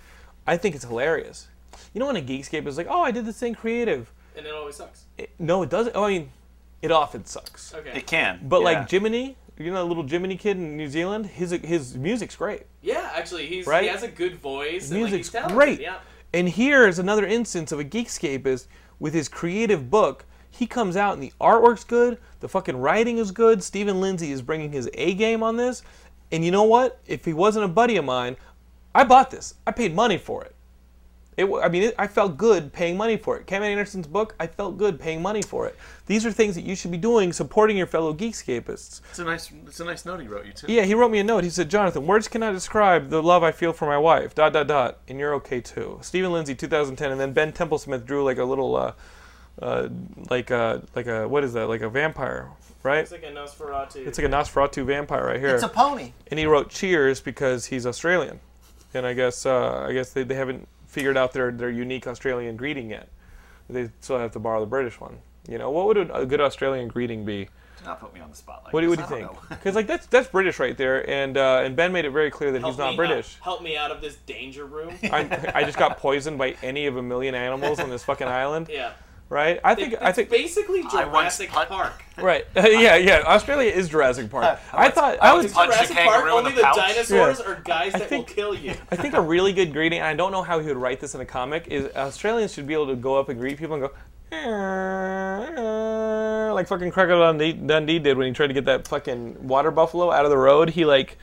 S1: i think it's hilarious you know when a geekscape is like oh i did this thing creative
S3: And it always sucks.
S1: It- no it doesn't oh, i mean it often sucks
S3: Okay.
S2: It can,
S1: but
S2: yeah.
S1: like jiminy you know the little jiminy kid in new zealand his his music's great
S3: Yeah, actually, he's
S1: Right?
S3: he has a good voice. and, like,
S1: music's
S3: he's talented,
S1: great.
S3: Yeah.
S1: And here is another instance of a geekscapist with his creative book. He comes out and the artwork's good, the fucking writing is good. Stephen Lindsay is bringing his A game on this. And you know what? If he wasn't a buddy of mine, I bought this. I paid money for it. It, wa- I mean, it, I felt good paying money for it. Kevin Anderson's book, I felt good paying money for it. These are things that you should be doing, supporting your fellow geekscapists.
S2: It's a nice it's a nice note he wrote you too.
S1: Yeah, he wrote me a note. He said, Jonathan, words cannot describe the love I feel for my wife. Dot dot dot. And you're okay too. Stephen Lindsay, 2010, and then Ben Templesmith drew like a little, uh, uh, like a like a what is that? Like a vampire, right?
S3: It's like a Nosferatu.
S1: It's like a Nosferatu vampire right here.
S2: It's a pony.
S1: and he wrote Cheers because he's Australian, and I guess uh, I guess they, they haven't figured out their their unique Australian greeting yet. They still have to borrow the British one. You know, what would a a good Australian greeting be?
S2: Do not put me on the spotlight.
S1: What do, what do you
S2: I
S1: think?
S2: don't know.
S3: (laughs)
S1: Because like that's that's British right there, and uh, and Ben made it very clear that
S3: Help
S1: he's
S3: me
S1: not British.
S3: Out, help me out of this danger room.
S1: (laughs)
S3: (laughs)
S1: I, I just got poisoned by any of a million animals on this fucking island.
S3: yeah.
S1: right? I think I
S3: It's
S1: think
S3: basically
S2: I once
S3: Jurassic
S2: pun-
S3: Park.
S1: right. (laughs) yeah, yeah. Australia is Jurassic Park. I, thought I was.
S2: Punch the
S3: Jurassic Park,
S2: kangaroo in
S3: only
S2: the
S3: the
S2: pouch?
S3: dinosaurs
S1: Yeah.
S3: are guys that
S1: think-
S3: will kill you.
S1: I think a really good greeting. I don't know how he would write this in a comic. Is Australians should be able to go up and greet people and go. "Eh," Like fucking Crocodile Dundee, Dundee did when he tried to get that fucking water buffalo out of the road. He like,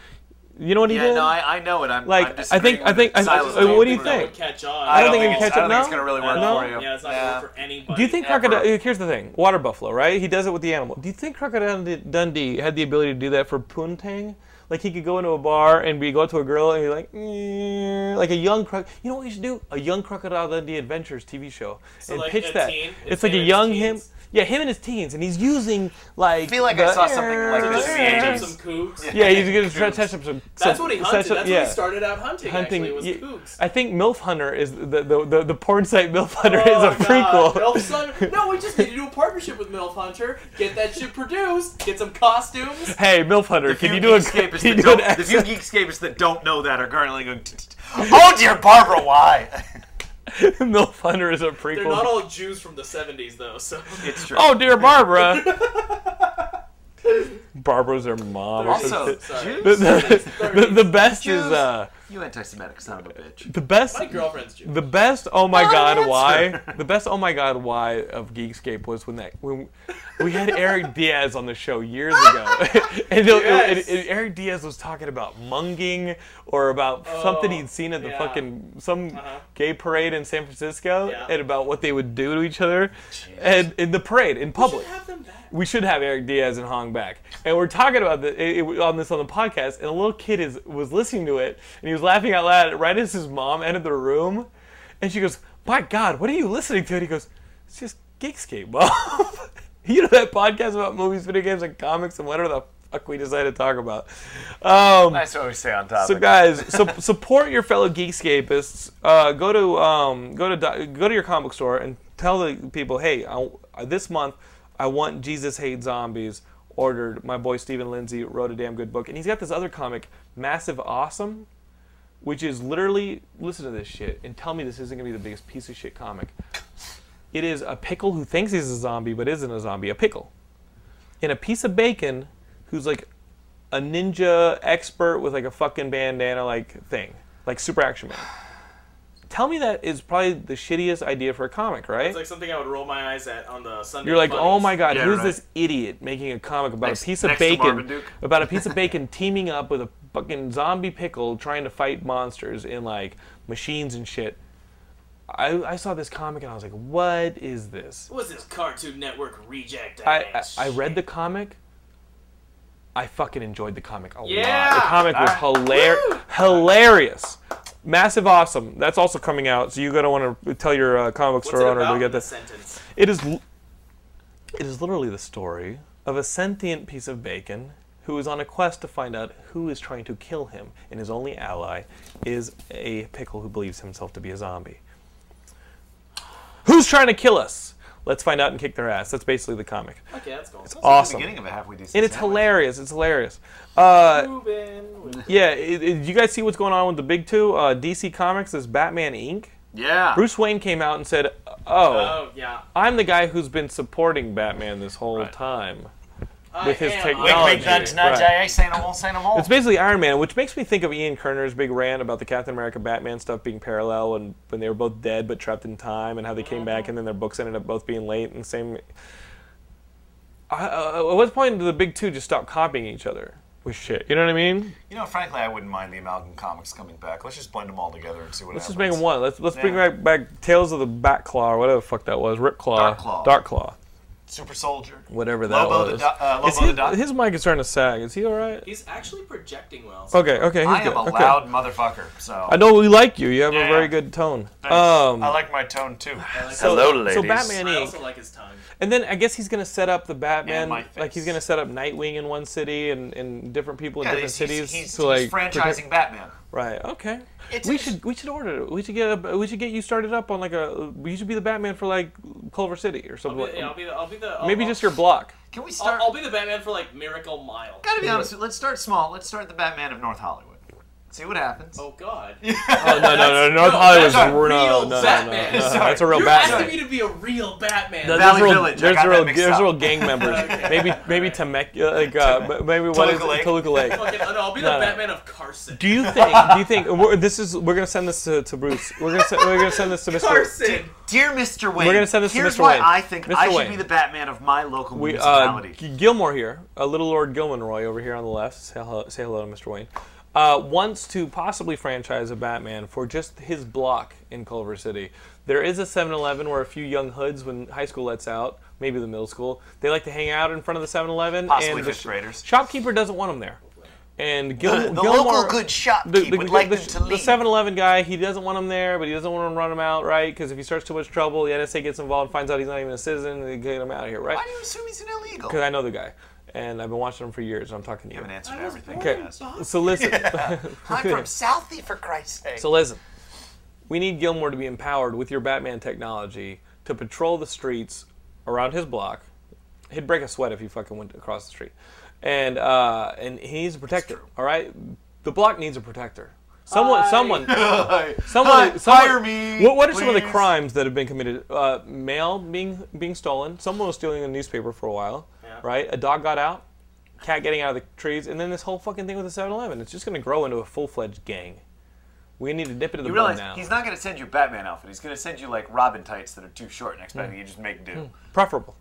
S1: you know what he
S2: Yeah,
S1: did?
S2: no, I, I know it. I'm
S1: Like,
S2: I'm
S1: I think-
S2: disagreeing
S1: I think-
S2: with it
S1: I-
S2: silently.
S1: uh, what do you
S3: That
S1: think?
S3: would catch on.
S1: I don't think it
S2: it's-
S1: catch
S2: I don't
S1: it
S2: think it's
S1: now.
S2: gonna really work
S1: No?
S2: for you.
S3: Yeah, it's not
S2: Yeah.
S3: gonna work for anybody.
S1: Do you think
S2: Ever.
S1: crocodile? uh, Here's the thing: water buffalo, right? He does it with the animal. Do you think crocodile D- Dundee had the ability to do that for Poontang? Like he could go into a bar and be go up to a girl and be like, "Eh," like a young croc. You know what you should do? A young crocodile Dundee adventures TV show and
S3: like
S1: pitch
S3: a
S1: that.
S3: teen?
S1: It's
S3: It's
S1: like a
S3: him and
S1: young
S3: his
S1: him.
S3: teens?
S1: Yeah, him and his teens, and he's using like. I
S2: feel like I saw something like this in the
S3: Touch
S2: 80s.
S3: up some cougs.
S1: Yeah, he's gonna
S3: (laughs)
S1: try to touch up some.
S3: That's
S1: some-
S3: what he
S1: touch
S3: hunted.
S1: up-
S3: That's
S1: yeah.
S3: what he started out hunting.
S1: Hunting.
S3: actually, was
S1: yeah.
S3: cougs.
S1: I think MILF Hunter is the the, the, the porn site MILF (laughs) Hunter
S3: Oh,
S1: is a
S3: God.
S1: prequel.
S3: MILF's Hunter- No, we just need to do a partnership with MILF Hunter. Get that shit produced. Get some costumes.
S1: Hey, MILF Hunter,
S2: The
S1: can
S2: few
S1: you do a (laughs)
S2: Geekscapists
S1: can you
S2: that
S1: do an
S2: don't- the
S1: accent?
S2: few Geekscapists that don't know that are currently going. "T- t- t- (laughs) Oh dear, Barbara, why?
S1: (laughs) MILF Hunter is a prequel.
S3: They're not all Jews from the 70s, though, so.
S2: it's true.
S1: (laughs) oh, dear
S3: (laughs)
S1: Barbara. Barbara's her mom. or
S2: also,
S1: something. (laughs)
S3: Sorry.
S1: the,
S2: Jews,
S1: the, the, the best
S2: Jews.
S1: is uh,
S2: you anti-Semitic son of a bitch.
S1: the best.
S3: My girlfriend's Jew.
S1: The best, oh my
S2: Not an
S1: god,
S2: answer.
S1: why? The best, oh my god, why of Geekscape was when that when we had Eric Diaz on the show years ago, (laughs) and, he'll- and-
S3: Yes.
S1: and Eric Diaz was talking about munging or about something he'd seen at the
S3: Oh, yeah.
S1: fucking some
S3: Uh-huh.
S1: gay parade in San Francisco,
S3: Yeah.
S1: and about what they would do to each other, and in the parade in
S3: We
S1: public.
S3: should have them back.
S1: We should have Eric Diaz and Hong back. And we're talking about the, it, it- on this on the podcast, and a little kid is was listening to it, and he was laughing out loud right as his mom entered the room, and she goes, "My God, what are you listening to?" And he goes, "It's just Geekscape, mom. (laughs) you know that podcast about movies, video games, and comics, and whatever the fuck we decided to talk about." Um,
S2: That's what we say on topic.
S1: so guys, su- support your fellow Geekscapists. Uh, go to um, go to do- go to your comic store and tell the people, hey, I, uh, this month I want Jesus Hate Zombies ordered. My boy Stephen Lindsay wrote a damn good book, and he's got this other comic, Massive Awesome, which is literally listen to this shit and tell me this isn't gonna be the biggest piece of shit comic. It is a pickle who thinks he's a zombie but isn't a zombie, a pickle, and a piece of bacon who's like a ninja expert with like a fucking bandana like thing, like Super Action Man. Tell me that is probably the shittiest idea for a comic, right?
S3: It's like something I would roll my eyes at on the Sunday.
S1: You're like,
S3: funnies.
S1: oh my god,
S2: Yeah,
S1: who's
S2: right.
S1: this idiot making a comic about
S2: Next-
S1: a piece of
S2: next to Marvin
S1: bacon,
S2: Duke.
S1: about a piece
S2: (laughs)
S1: of bacon teaming up with a fucking zombie pickle trying to fight monsters in like machines and shit. I, I saw this comic and I was like, what is this?
S3: What's this Cartoon Network reject?
S1: I,
S3: ass
S1: I, I read the
S3: shit?
S1: comic. I fucking enjoyed the comic a lot.
S3: Yeah!
S1: The comic was hilar- hilarious. Massive awesome. That's also coming out, so you gotta want to tell your uh, comic
S3: What's
S1: store
S3: it
S1: owner
S3: about
S1: to get
S3: in a
S1: this.
S3: sentence?
S1: It is, l- it is literally the story of a sentient piece of bacon who is on a quest to find out who is trying to kill him, and his only ally is a pickle who believes himself to be a zombie. Who's trying to kill us? Let's find out and kick their ass. That's basically the comic.
S3: Okay, that's cool.
S2: It's like
S1: awesome.
S2: The beginning of a halfway decent.
S1: And it's
S2: sandwich.
S1: hilarious. It's hilarious. Uh,
S3: Moving with-
S1: yeah, it, it- you guys see what's going on with the big two? Uh, DC Comics is Batman Inc.
S2: Yeah.
S1: Bruce Wayne came out and said, "Oh,
S3: (laughs) Oh yeah.
S1: I'm the guy who's been supporting Batman this whole time."
S3: I
S1: With his
S3: am.
S1: technology.
S2: Wink, wink,
S1: Technology,
S2: nudge, nudge.
S1: right.
S2: I ain't saying no more, saying no more.
S1: It's basically Iron Man, which makes me think of Ian Kerner's big rant about the Captain America Batman stuff being parallel and when they were both dead but trapped in time and how they came back and then their books ended up both being late and same. I, uh, at what point do the big two just stop copying each other with shit? You know what I mean?
S2: You know, frankly, I wouldn't mind the amalgam comics coming back. Let's just blend them all together and see what
S1: Let's just make
S2: happens.
S1: them one. Let's let's bring
S2: Yeah.
S1: back back Tales of the Bat Claw or whatever the fuck that was. Rip Claw.
S2: Dark Claw.
S1: Dark Claw.
S2: Super Soldier.
S1: Whatever that
S2: Lobo the
S1: was.
S2: Do- uh,
S1: Is
S2: Lobo
S1: his,
S2: the Dog?
S1: his mic is starting to sag. Is he all right?
S3: He's actually projecting well.
S1: Okay, okay, he's
S2: I
S1: good.
S2: am a
S1: okay.
S2: loud motherfucker, so
S1: I know we like you. You have a
S2: Yeah.
S1: very good tone.
S2: Thanks.
S1: Um,
S2: I like my tone too.
S3: So-
S1: Hello,
S2: ladies.
S1: so Batman
S3: I
S1: Inc.
S3: also like his tongue.
S1: And then I guess he's gonna set up the Batman,
S2: And my
S1: like he's
S2: face.
S1: gonna set up Nightwing in one city and, and different people in
S2: Yeah,
S1: different
S2: he's, he's,
S1: cities
S2: he's, he's
S1: to like protect-
S2: franchising Batman.
S1: Right. Okay.
S2: It's-
S1: we should we should order it. We should get a, we should get you started up on like a you should be the Batman for like Culver City or something.
S3: I'll
S1: like,
S3: be, yeah, I'll be the. I'll be the I'll,
S1: Maybe
S3: I'll,
S1: just your block.
S2: Can we
S3: I'll,
S2: start?
S3: I'll be the Batman for like Miracle Mile.
S2: Gotta be honest. Let's start small. Let's start the Batman of North Hollywood. See what happens.
S3: Oh
S1: (laughs)
S3: God.
S1: Oh, no, no, no,
S2: That's-
S1: North
S2: no,
S1: Hollywood's
S2: that's a
S1: no, no,
S3: real
S1: no, no,
S3: Batman.
S1: no, no.
S2: Sorry.
S1: That's a real
S3: (laughs) You're asking
S1: Batman.
S3: me to be a real Batman.
S1: No,
S2: Valley
S1: there's real,
S2: Village, I
S1: there's
S2: got
S1: real,
S2: that mixed
S1: there's
S2: up.
S1: real gang
S2: (laughs)
S1: members.
S3: Okay.
S1: Maybe, maybe Temecula, like uh, but maybe what is
S2: Toluca
S1: it?
S2: Lake.
S1: Toluca Lake.
S3: Fucking, no, I'll be
S1: No,
S3: the
S1: no.
S3: Batman of Carson.
S1: (laughs) Do you think? Do you
S2: (laughs)
S1: think we're, this is? We're gonna send this to, to Bruce. We're gonna se- we're gonna send this to Mr.
S3: (laughs) Carson.
S2: Dear Mr. Wayne,
S1: We're gonna send this to
S2: here's
S1: Mr.
S2: why
S1: Wayne.
S2: I think
S1: Mr.
S2: I should
S1: Wayne.
S2: be the Batman of my local
S1: We uh,
S2: municipality.
S1: G- Gilmore here, uh, Little Lord Gilmanroy over here on the left. Say hello, say hello to Mr. Wayne. Uh, wants to possibly franchise a Batman for just his block in Culver City. There is a 7-Eleven where a few young hoods, when high school lets out, maybe the middle school, they like to hang out in front of the 7-Eleven.
S2: Possibly
S1: and the
S2: fifth graders.
S1: Shopkeeper doesn't want them there. And Gil-
S2: the the
S1: Gilmore,
S2: local good shopkeep would like them to
S1: the
S2: leave.
S1: 7-Eleven guy, he doesn't want him there, but he doesn't want to run him out, right? Because if he starts too much trouble, the NSA gets involved, finds out he's not even a citizen, and they get him out of here, right?
S2: Why do you assume he's an illegal?
S1: because
S2: You
S1: I know the guy, and I've been watching him for years. And I'm talking to you.
S2: haven't answered everything.
S1: okay,
S2: yes.
S1: so listen,
S2: I'm from Southie, for Christ's sake.
S1: so listen. We need Gilmore to be empowered with your Batman technology to patrol the streets around his block. He'd break a sweat if he fucking went across the street, and uh, and he needs a protector. All right, the block needs a protector. Someone,
S3: Hi.
S1: someone,
S2: (laughs) Hi.
S1: Someone,
S2: Hi,
S1: someone-
S2: hire me.
S1: What, what are some of the
S2: please.
S1: crimes that have been committed? Uh, mail being being stolen. Someone was stealing a newspaper for a while,
S3: Yeah.
S1: right? A dog got out, cat getting out of the trees, and then this whole fucking thing with the 7-Eleven. It's just going to grow into a full fledged gang. We need to dip it in the
S2: You
S1: bud
S2: realize
S1: now.
S2: he's not going to send you Batman outfit. He's going to send you like Robin tights that are too short and expect you just make do.
S1: Preferable.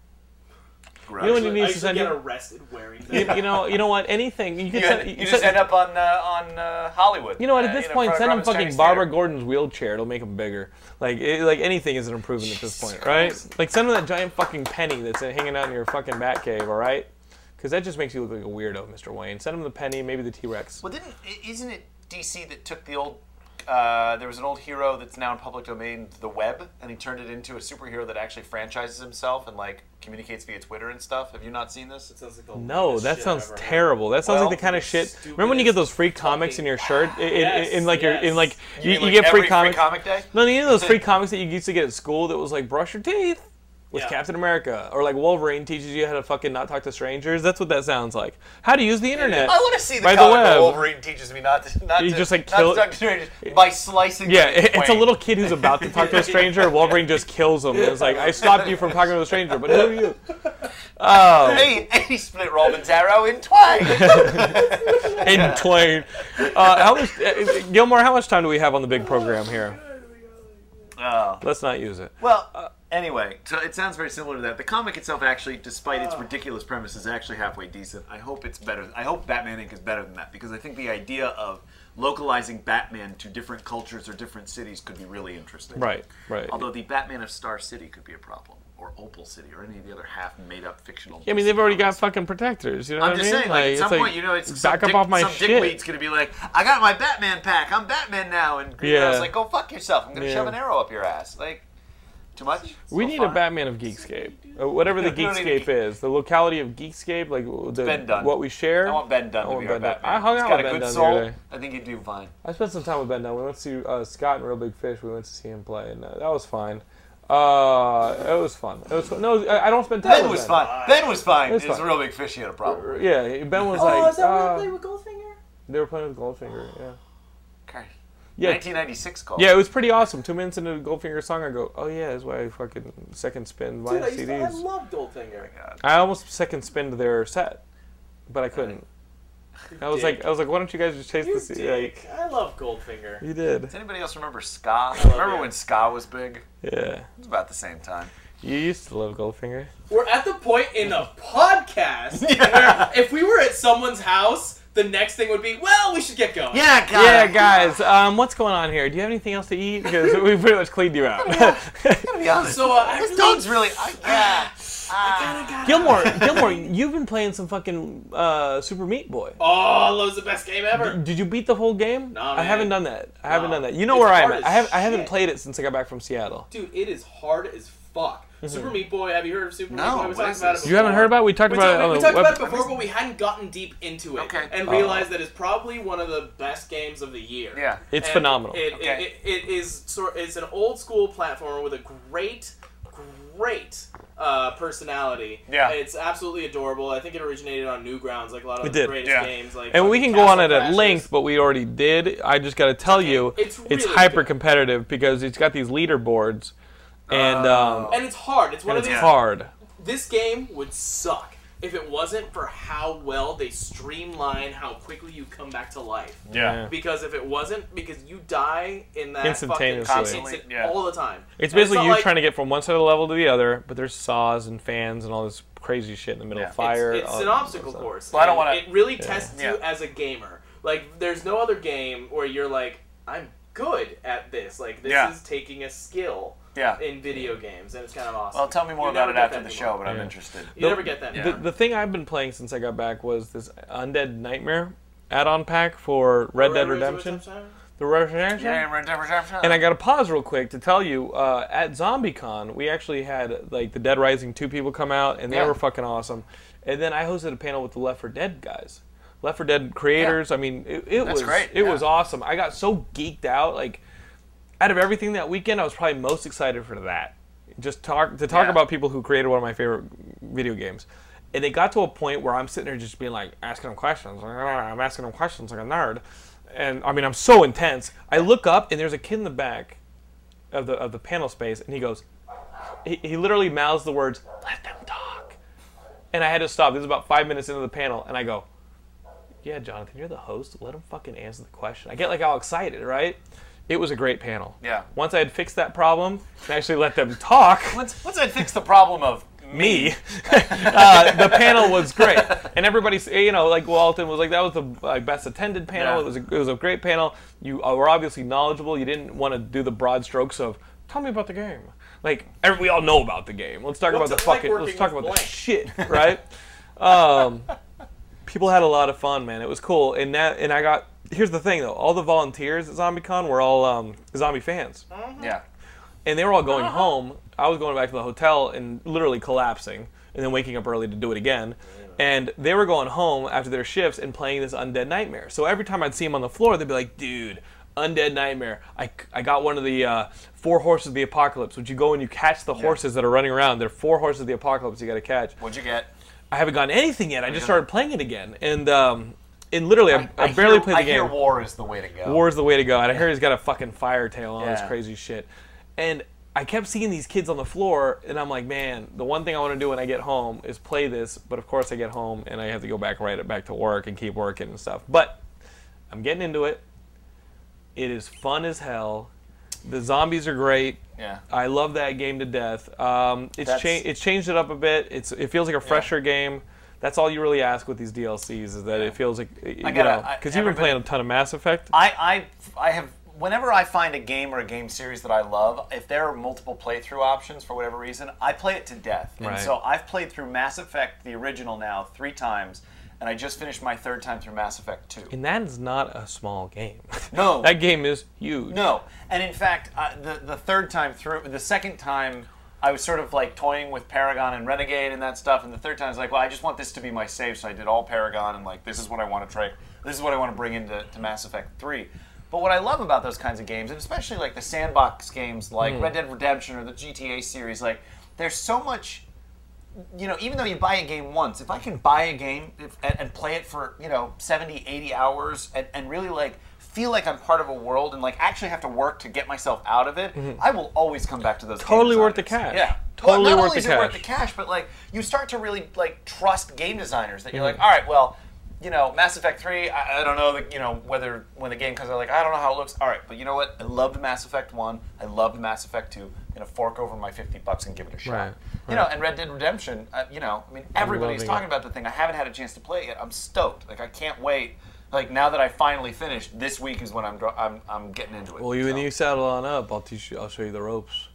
S2: Gross.
S1: Hmm. You know when you
S3: I
S1: need to
S3: used to
S1: send
S3: get
S1: you,
S3: arrested wearing
S1: you,
S3: that.
S1: you know you know what anything you can
S2: You,
S1: send,
S2: end, you
S1: send-
S2: just end up on uh, on uh, Hollywood.
S1: You know what?
S2: uh,
S1: At this
S2: in
S1: point,
S2: front of
S1: send him
S2: Robin's
S1: fucking
S2: Chinese
S1: Barbara
S2: Theater.
S1: Gordon's wheelchair. It'll make him bigger. Like, it, like anything isn't improving at this point, right? Like, send him that giant fucking penny that's hanging out in your fucking bat cave, all right? Because that just makes you look like a weirdo, Mr. Wayne. Send him the penny, maybe the T Rex.
S2: Well, didn't i- isn't it DC that took the old? Uh, there was an old hero that's now in public domain, the web, and he turned it into a superhero that actually franchises himself and like communicates via Twitter and stuff. Have you not seen this?
S3: Sounds like the
S1: No,
S3: lamest
S1: that
S3: shit I've
S1: sounds
S3: ever heard.
S1: terrible. That sounds
S2: Well,
S1: like the kind of shit.
S3: stupidest
S1: Remember when you get those free comics in your shirt? I- I-
S3: Yes,
S1: in like your, in
S3: yes.
S1: like you,
S2: mean,
S1: you
S2: like,
S1: get free
S2: every
S1: comics.
S2: Free comic day.
S1: No, you know those free comics that you used to get at school that was like brush your teeth with
S3: Yeah.
S1: Captain America or like Wolverine teaches you how to fucking not talk to strangers. That's what that sounds like. How to use the internet.
S2: I want to see the
S1: By the
S2: comic where
S1: web.
S2: Wolverine teaches me not to not
S1: You
S2: to
S1: just, like,
S2: not
S1: kill-
S2: to talk to strangers by slicing.
S1: Yeah,
S2: them in
S1: it- it's a
S2: twain.
S1: little kid who's about to talk to a
S2: (laughs)
S1: stranger. Wolverine just kills him. It's like I stopped you from talking to a stranger, but who are you?
S2: Hey, (laughs) he split Robin's arrow in twain.
S1: (laughs) In twain. Uh, how much, uh, Gilmore? How much time do we have on the big program here?
S2: oh.
S1: Let's not use it.
S2: Well, anyway, so it sounds very similar to that. The comic itself, actually, despite
S1: Oh.
S2: its ridiculous premise, is actually halfway decent. I hope it's better. I hope Batman Inc. is better than that because I think the idea of localizing Batman to different cultures or different cities could be really interesting.
S1: Right, right.
S2: Although the Batman of Star City could be a problem, or Opal City, or any of the other half made-up fictional.
S1: I mean, they've already got fucking protectors. You know
S2: I'm
S1: what I
S2: just
S1: mean?
S2: saying, like, at
S1: it's
S2: some point, you know, it's
S1: back
S2: some
S1: up
S2: dick,
S1: off my
S2: some
S1: shit.
S2: dickweed's gonna be like, "I got my Batman pack. I'm Batman now," and Green
S1: Yeah.
S2: Arrow's like, "Go fuck yourself. I'm gonna
S1: Yeah.
S2: shove an arrow up your ass." Like, too much.
S1: We
S2: So
S1: need a
S2: far?
S1: Batman of Geekscape, Uh, whatever the
S2: We don't need
S1: Geekscape
S2: a geek-
S1: is, the locality of Geekscape, like the,
S2: Ben Dunn.
S1: what we share.
S2: I want Ben Dunn
S1: I
S2: to
S1: want
S2: be our
S1: Ben Dunn.
S2: Batman.
S1: I hung
S2: He's
S1: out
S2: got
S1: with
S2: a
S1: Ben
S2: good
S1: Dunn the
S2: soul.
S1: other day.
S2: I think he'd do fine.
S1: I spent some time with Ben Dunn. We went to uh, Scott and Real Big Fish. We went to see him play, and uh, that was fine. Uh, it was fun. It was fun. No, I I don't spend time.
S2: Ben
S1: with
S2: was
S1: ben.
S2: fine. Ben was fine.
S1: was
S2: It's a
S1: fine.
S2: real big fish. He had a problem.
S1: Yeah, Ben was
S3: Oh,
S1: like,
S3: is that where
S1: uh,
S3: they play with Goldfinger?
S1: they were playing with Goldfinger. Yeah.
S2: Okay.
S1: Yeah.
S2: 1996 call.
S1: Yeah, it was pretty awesome. Two minutes into the Goldfinger song, I go, "Oh yeah, that's why I fucking second spin my
S3: Dude, I, used to, I
S1: CDs."
S3: love
S2: Oh
S3: Goldfinger.
S1: I almost second spinned their set, but I couldn't. I was
S3: dick.
S1: like, I was like, why don't you guys just chase
S3: You
S1: the sea?
S3: dick.
S1: Like,
S3: I love Goldfinger.
S1: you did.
S2: Does anybody else remember ska?
S3: love
S2: Remember
S3: it.
S2: when ska was big?
S1: Yeah,
S2: It was about the same time.
S1: you used to love Goldfinger.
S3: We're at the point in a
S1: (laughs)
S3: podcast where if we were at someone's house, the next thing would be, well, we should get going.
S2: Yeah, God.
S1: Yeah, guys, um, what's going on here? Do you have anything else to eat? Because we pretty much cleaned you out.
S2: To be honest,
S3: So uh, I
S2: this
S3: really,
S2: dog's really.
S1: (sighs)
S2: I, yeah.
S1: (laughs) Gilmore, Gilmore, you've been playing some fucking uh, Super Meat Boy.
S3: oh, Lowe's the best game ever.
S1: Did you beat the whole game?
S3: No,
S1: I
S3: man.
S1: haven't done that. I haven't
S3: No.
S1: done that. You know
S3: It's
S1: where I'm
S3: hard
S1: at.
S3: as
S1: I, have, I haven't
S3: shit.
S1: played it since I got back from Seattle.
S3: Dude, it is hard as fuck. Super Meat Boy, have you heard of Super
S2: No,
S3: Meat Boy? We
S2: what
S3: talked
S2: is
S3: about
S2: this?
S3: it
S1: Mm-hmm. You haven't
S3: before.
S1: heard about it? We talked
S3: We,
S1: about it
S3: talked-
S1: on
S3: we
S1: the
S3: talked
S1: web.
S3: about it before, but we hadn't gotten deep into it,
S2: Okay.
S3: and
S2: Oh.
S3: realized that it's probably one of the best games of the year.
S2: Yeah.
S1: It's
S3: And
S1: phenomenal.
S3: It,
S2: Okay.
S3: it, it, it is sort. It's an old school platformer with a great, great uh, personality.
S2: Yeah.
S3: It's absolutely adorable. I think it originated on Newgrounds, like a lot of
S1: It
S3: the
S1: did.
S3: greatest
S2: Yeah.
S3: games. Like
S1: And we
S3: fucking
S1: can go on
S3: Castle
S1: it at
S3: Crashers.
S1: length, but we already did. I just got to tell you,
S3: It's really
S1: hyper
S3: good.
S1: competitive because it's got these leaderboards, and um,
S3: Oh. And it's hard. It's one
S1: and
S3: of
S1: it's
S3: these.
S1: hard.
S3: This game would suck if it wasn't for how well they streamline how quickly you come back to life.
S1: Yeah.
S3: Because if it wasn't, because you die in that
S1: Instantaneously.
S3: fucking,
S2: Constantly,
S3: instant-
S2: yeah.
S3: all the time.
S1: It's
S3: And
S1: basically
S3: not
S1: you
S3: like-
S1: trying to get from one side of the level to the other, but there's saws and fans and all this crazy shit in the middle
S2: Yeah.
S1: of
S2: It's-
S1: fire. Uh,
S3: It's, it's
S1: all
S3: an
S1: that
S3: obstacle
S1: stuff.
S3: course.
S2: Well, I don't
S3: and
S2: wanna-
S3: It really tests
S2: Yeah.
S3: you as a gamer. Like, there's no other game where you're like, I'm good at this. Like, this
S2: Yeah.
S3: is taking a skill
S2: Yeah.
S3: in video games, and it's kind of awesome.
S2: Well, tell me more
S3: You
S2: about
S3: never
S2: it
S3: get
S2: after
S3: that
S2: the
S3: anymore.
S2: show, but I'm
S1: Yeah.
S2: interested.
S3: You never get that
S2: Yeah.
S1: The,
S3: anymore.
S1: the thing I've been playing since I got back was this Undead Nightmare add-on pack for Red Dead Redemption. The Red Dead Redemption.
S2: Yeah, Red Dead Redemption.
S1: And I got to pause real quick to tell you, uh, at ZombieCon, we actually had like the Dead Rising two people come out, and they
S2: Yeah.
S1: were fucking awesome. And then I hosted a panel with the Left 4 Dead guys, Left 4 Dead creators. I mean, it, it was
S2: great,
S1: it
S2: yeah.
S1: was awesome. I got so geeked out. Like, out of everything that weekend, I was probably most excited for that. Just talk to talk
S2: Yeah.
S1: about people who created one of my favorite video games. And it got to a point where I'm sitting there just being like asking them questions. like, "Ah," I'm asking them questions like a nerd. And I mean, I'm so intense. I look up and there's a kid in the back of the of the panel space, and he goes, he, he literally mouths the words, "Let them talk," and I had to stop. This is about five minutes into the panel, and I go, "Yeah, Jonathan, you're the host. Let him fucking answer the question." I get like all excited, right? It was a great panel.
S2: Yeah.
S1: Once I had fixed that problem and actually let them talk,
S2: Let's let's fix the problem of
S3: (laughs)
S1: me, (laughs) uh, the panel was great, and everybody, s- you know, like Walton was like, that was the like, best attended panel.
S2: Yeah.
S1: It was a, it was a great panel. You uh, were obviously knowledgeable. You didn't want to do the broad strokes of tell me about the game. Like every, we all know about the game. Let's talk
S3: What's
S1: about the
S3: it like
S1: fucking.
S3: working
S1: let's talk
S3: with
S1: about the
S3: blank? (laughs)
S1: shit, right? um, people had a lot of fun, man. It was cool, and that and I got. Here's the thing, though. All the volunteers at ZombieCon were all um, zombie fans
S2: yeah.
S1: and they were all going
S2: Uh-huh.
S1: home. I was going back to the hotel and literally collapsing, and then waking up early to do it again. And they were going home after their shifts and playing this Undead Nightmare. So every time I'd see them on the floor, they'd be like, "Dude, Undead Nightmare! I, I got one of the uh, four horses of the apocalypse. Would you go and you catch the horses that are running around? They're four horses of the apocalypse. You got to catch.
S2: What'd you get?
S1: I haven't gotten anything yet. I just started playing it again, and um, and literally, I, I, barely
S2: hear,
S1: played the
S2: I
S1: game.
S2: hear war is the way to go.
S1: War's the way to go. And I hear he's got a fucking fire tail on this
S2: Yeah.
S1: crazy shit. And I kept seeing these kids on the floor, and I'm like, man, the one thing I want to do when I get home is play this. But of course, I get home and I have to go back right back to work and keep working and stuff. But I'm getting into it. It is fun as hell. The zombies are great.
S2: Yeah.
S1: I love that game to death. Um, it's
S2: That's-
S1: cha- it's changed it up a bit. It's it feels like a fresher game. That's all you really ask with these DLCs is that it feels like you
S2: gotta-
S1: know
S2: I-
S1: because you've been
S2: everybody-
S1: playing a ton of Mass Effect.
S2: I, I I have whenever I find a game or a game series that I love, if there are multiple playthrough options for whatever reason, I play it to death.
S1: Right.
S2: And so I've played through Mass Effect the original now three times, and I just finished my third time through Mass Effect two.
S1: And that is not a small game. (laughs)
S2: No.
S1: that game is huge.
S2: No, and in fact, uh, the the third time through, the second time, I was sort of like toying with Paragon and Renegade and that stuff, and the third time I was like, well, I just want this to be my save, so I did all Paragon and like this is what I want to try, this is what I want to bring into to Mass Effect three. But what I love about those kinds of games, and especially like the sandbox games like Red Dead Redemption or the GTA series, like there's so much you know, even though you buy a game once, if I can buy a game if, and, and play it for, you know, 70, 80 hours and, and really like feel like I'm part of a world and like actually have to work to get myself out of it, I will always come back to those.
S1: Mm-hmm. Totally
S2: game
S1: worth the
S2: designers.
S1: cash.
S2: Yeah.
S1: Totally
S2: well, not
S1: worth
S2: only
S1: the
S2: is it worth
S1: cash.
S2: the cash, but like you start to really like trust game designers that you're
S1: Mm-hmm.
S2: like, all right, well, you know, Mass Effect 3, I, I don't know, that you know, whether when the game comes out, like, I don't know how it looks. All right, but you know what? I loved Mass Effect 1. I loved Mass Effect 2. I'm going to fork over my 50 bucks and give it a shot.
S1: Right,
S2: You know, and Red Dead Redemption, uh, you know, I mean, everybody's
S1: loving
S2: talking
S1: it.
S2: about the thing. I haven't had a chance to play it yet. I'm stoked. Like, I can't wait. Like, now that I finally finished, this week is when I'm, dro- I'm, I'm getting into it.
S1: Well, you
S2: So-
S1: and you saddle on up. I'll teach you. I'll show you the ropes.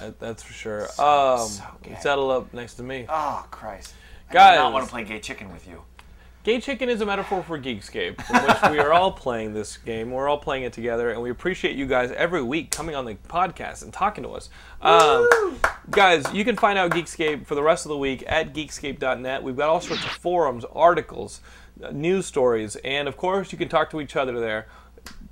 S1: That, that's for sure. um,
S2: so gay.
S1: saddle up next to me.
S2: Oh, Christ. I do
S1: Guys.
S2: not want to play gay chicken with you.
S1: Gay Chicken is a metaphor for Geekscape, in which we are all playing this game. We're all playing it together, and we appreciate you guys every week coming on the podcast and talking to us. Um, guys, you can find out Geekscape for the rest of the week at geekscape.net. We've got all sorts of forums, articles, uh, news stories, and of course, you can talk to each other there.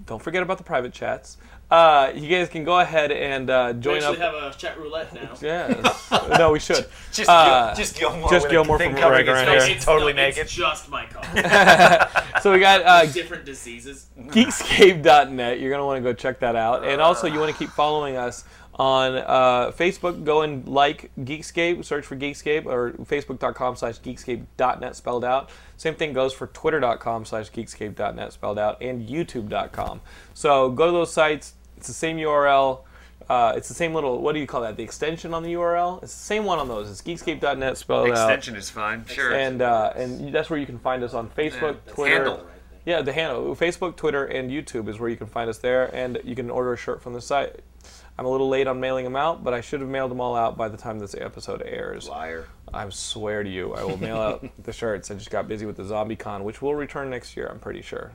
S1: don't forget about the private chats. Uh, you guys can go ahead and uh,
S3: We
S1: join up.
S3: actually have a chat
S1: (laughs)
S3: roulette now.
S1: yes. no, we should.
S5: Just,
S1: Uh,
S5: Gil- just Gilmore.
S1: just
S5: with a
S1: Gilmore
S5: thing
S1: from
S5: covering
S1: Reg
S5: his
S1: right
S5: face,
S1: here.
S5: he's totally
S3: no,
S5: naked.
S3: It's just
S5: (laughs)
S3: my cock.
S1: So we got
S3: (laughs)
S1: uh,
S3: Different diseases.
S1: geekscape.net. You're going to want to go check that out. And also, you want to keep following us on uh, Facebook. Go and like Geekscape, search for Geekscape, or facebook.com slash geekscape.net spelled out. Same thing goes for twitter.com slash geekscape.net spelled out and youtube.com. So go to those sites. It's the same URL. Uh, it's the same little, what do you call that? The extension on the URL? It's the same one on those. It's geekscape.net spelled out
S2: Extension is fine. Sure.
S1: and uh, and that's where you can find us on Facebook,
S2: Yeah,
S1: Twitter.
S2: handle.
S1: Yeah, the handle Facebook, Twitter, and YouTube is where you can find us there, and you can order a shirt from the site. I'm a little late on mailing them out, but I should have mailed them all out by the time this episode airs.
S2: Liar.
S1: I swear to you, I will mail
S2: (laughs)
S1: out the shirts. I just got busy with the Zombie Con, which will return next year. I'm pretty sure.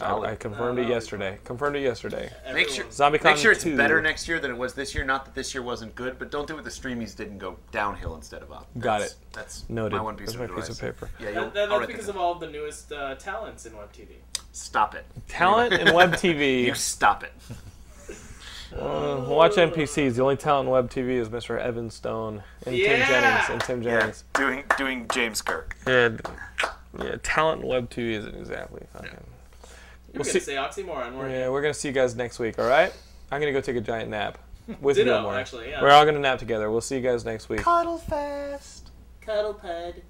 S1: I, I confirmed it yesterday. Confirmed it yesterday.
S2: Uh, Make sure,
S3: Everyone's-
S1: Zombie Con
S2: make sure it's
S1: 2.
S2: better next year than it was this year. Not that this year wasn't good, but don't do what the streamies did and go downhill instead of up.
S1: Got
S2: That's-
S1: it.
S2: That's
S1: Noted.
S2: my one piece,
S1: That's
S2: of,
S1: my
S2: advice.
S1: piece of paper.
S2: Yeah, you'll,
S3: That, that,
S2: I'll write
S3: that's
S2: that
S3: because
S2: down.
S3: of all the newest uh, talents in web TV.
S2: Stop it.
S1: Talent and
S2: (laughs)
S1: web TV.
S2: You stop it.
S1: Well, Watch NPCs. The only talent in web TV is Mr. Evan Stone and Tim
S3: Yeah!
S1: Jennings and Tim
S2: Yeah,
S1: Jennings.
S2: doing doing James Kirk.
S1: Yeah, d- yeah. Talent in web TV isn't exactly fucking.
S3: You were
S1: Well,
S3: gonna
S1: see-
S3: say oxymoron, weren't you?
S1: Yeah, we're gonna see you guys next week. All right. I'm gonna go take a giant
S3: (laughs)
S1: nap with
S3: Ditto,
S1: Gilmore.
S3: actually, yeah.
S1: We're all gonna nap together. We'll see you guys next week.
S2: Cuddle fast.
S3: Cuddle pud.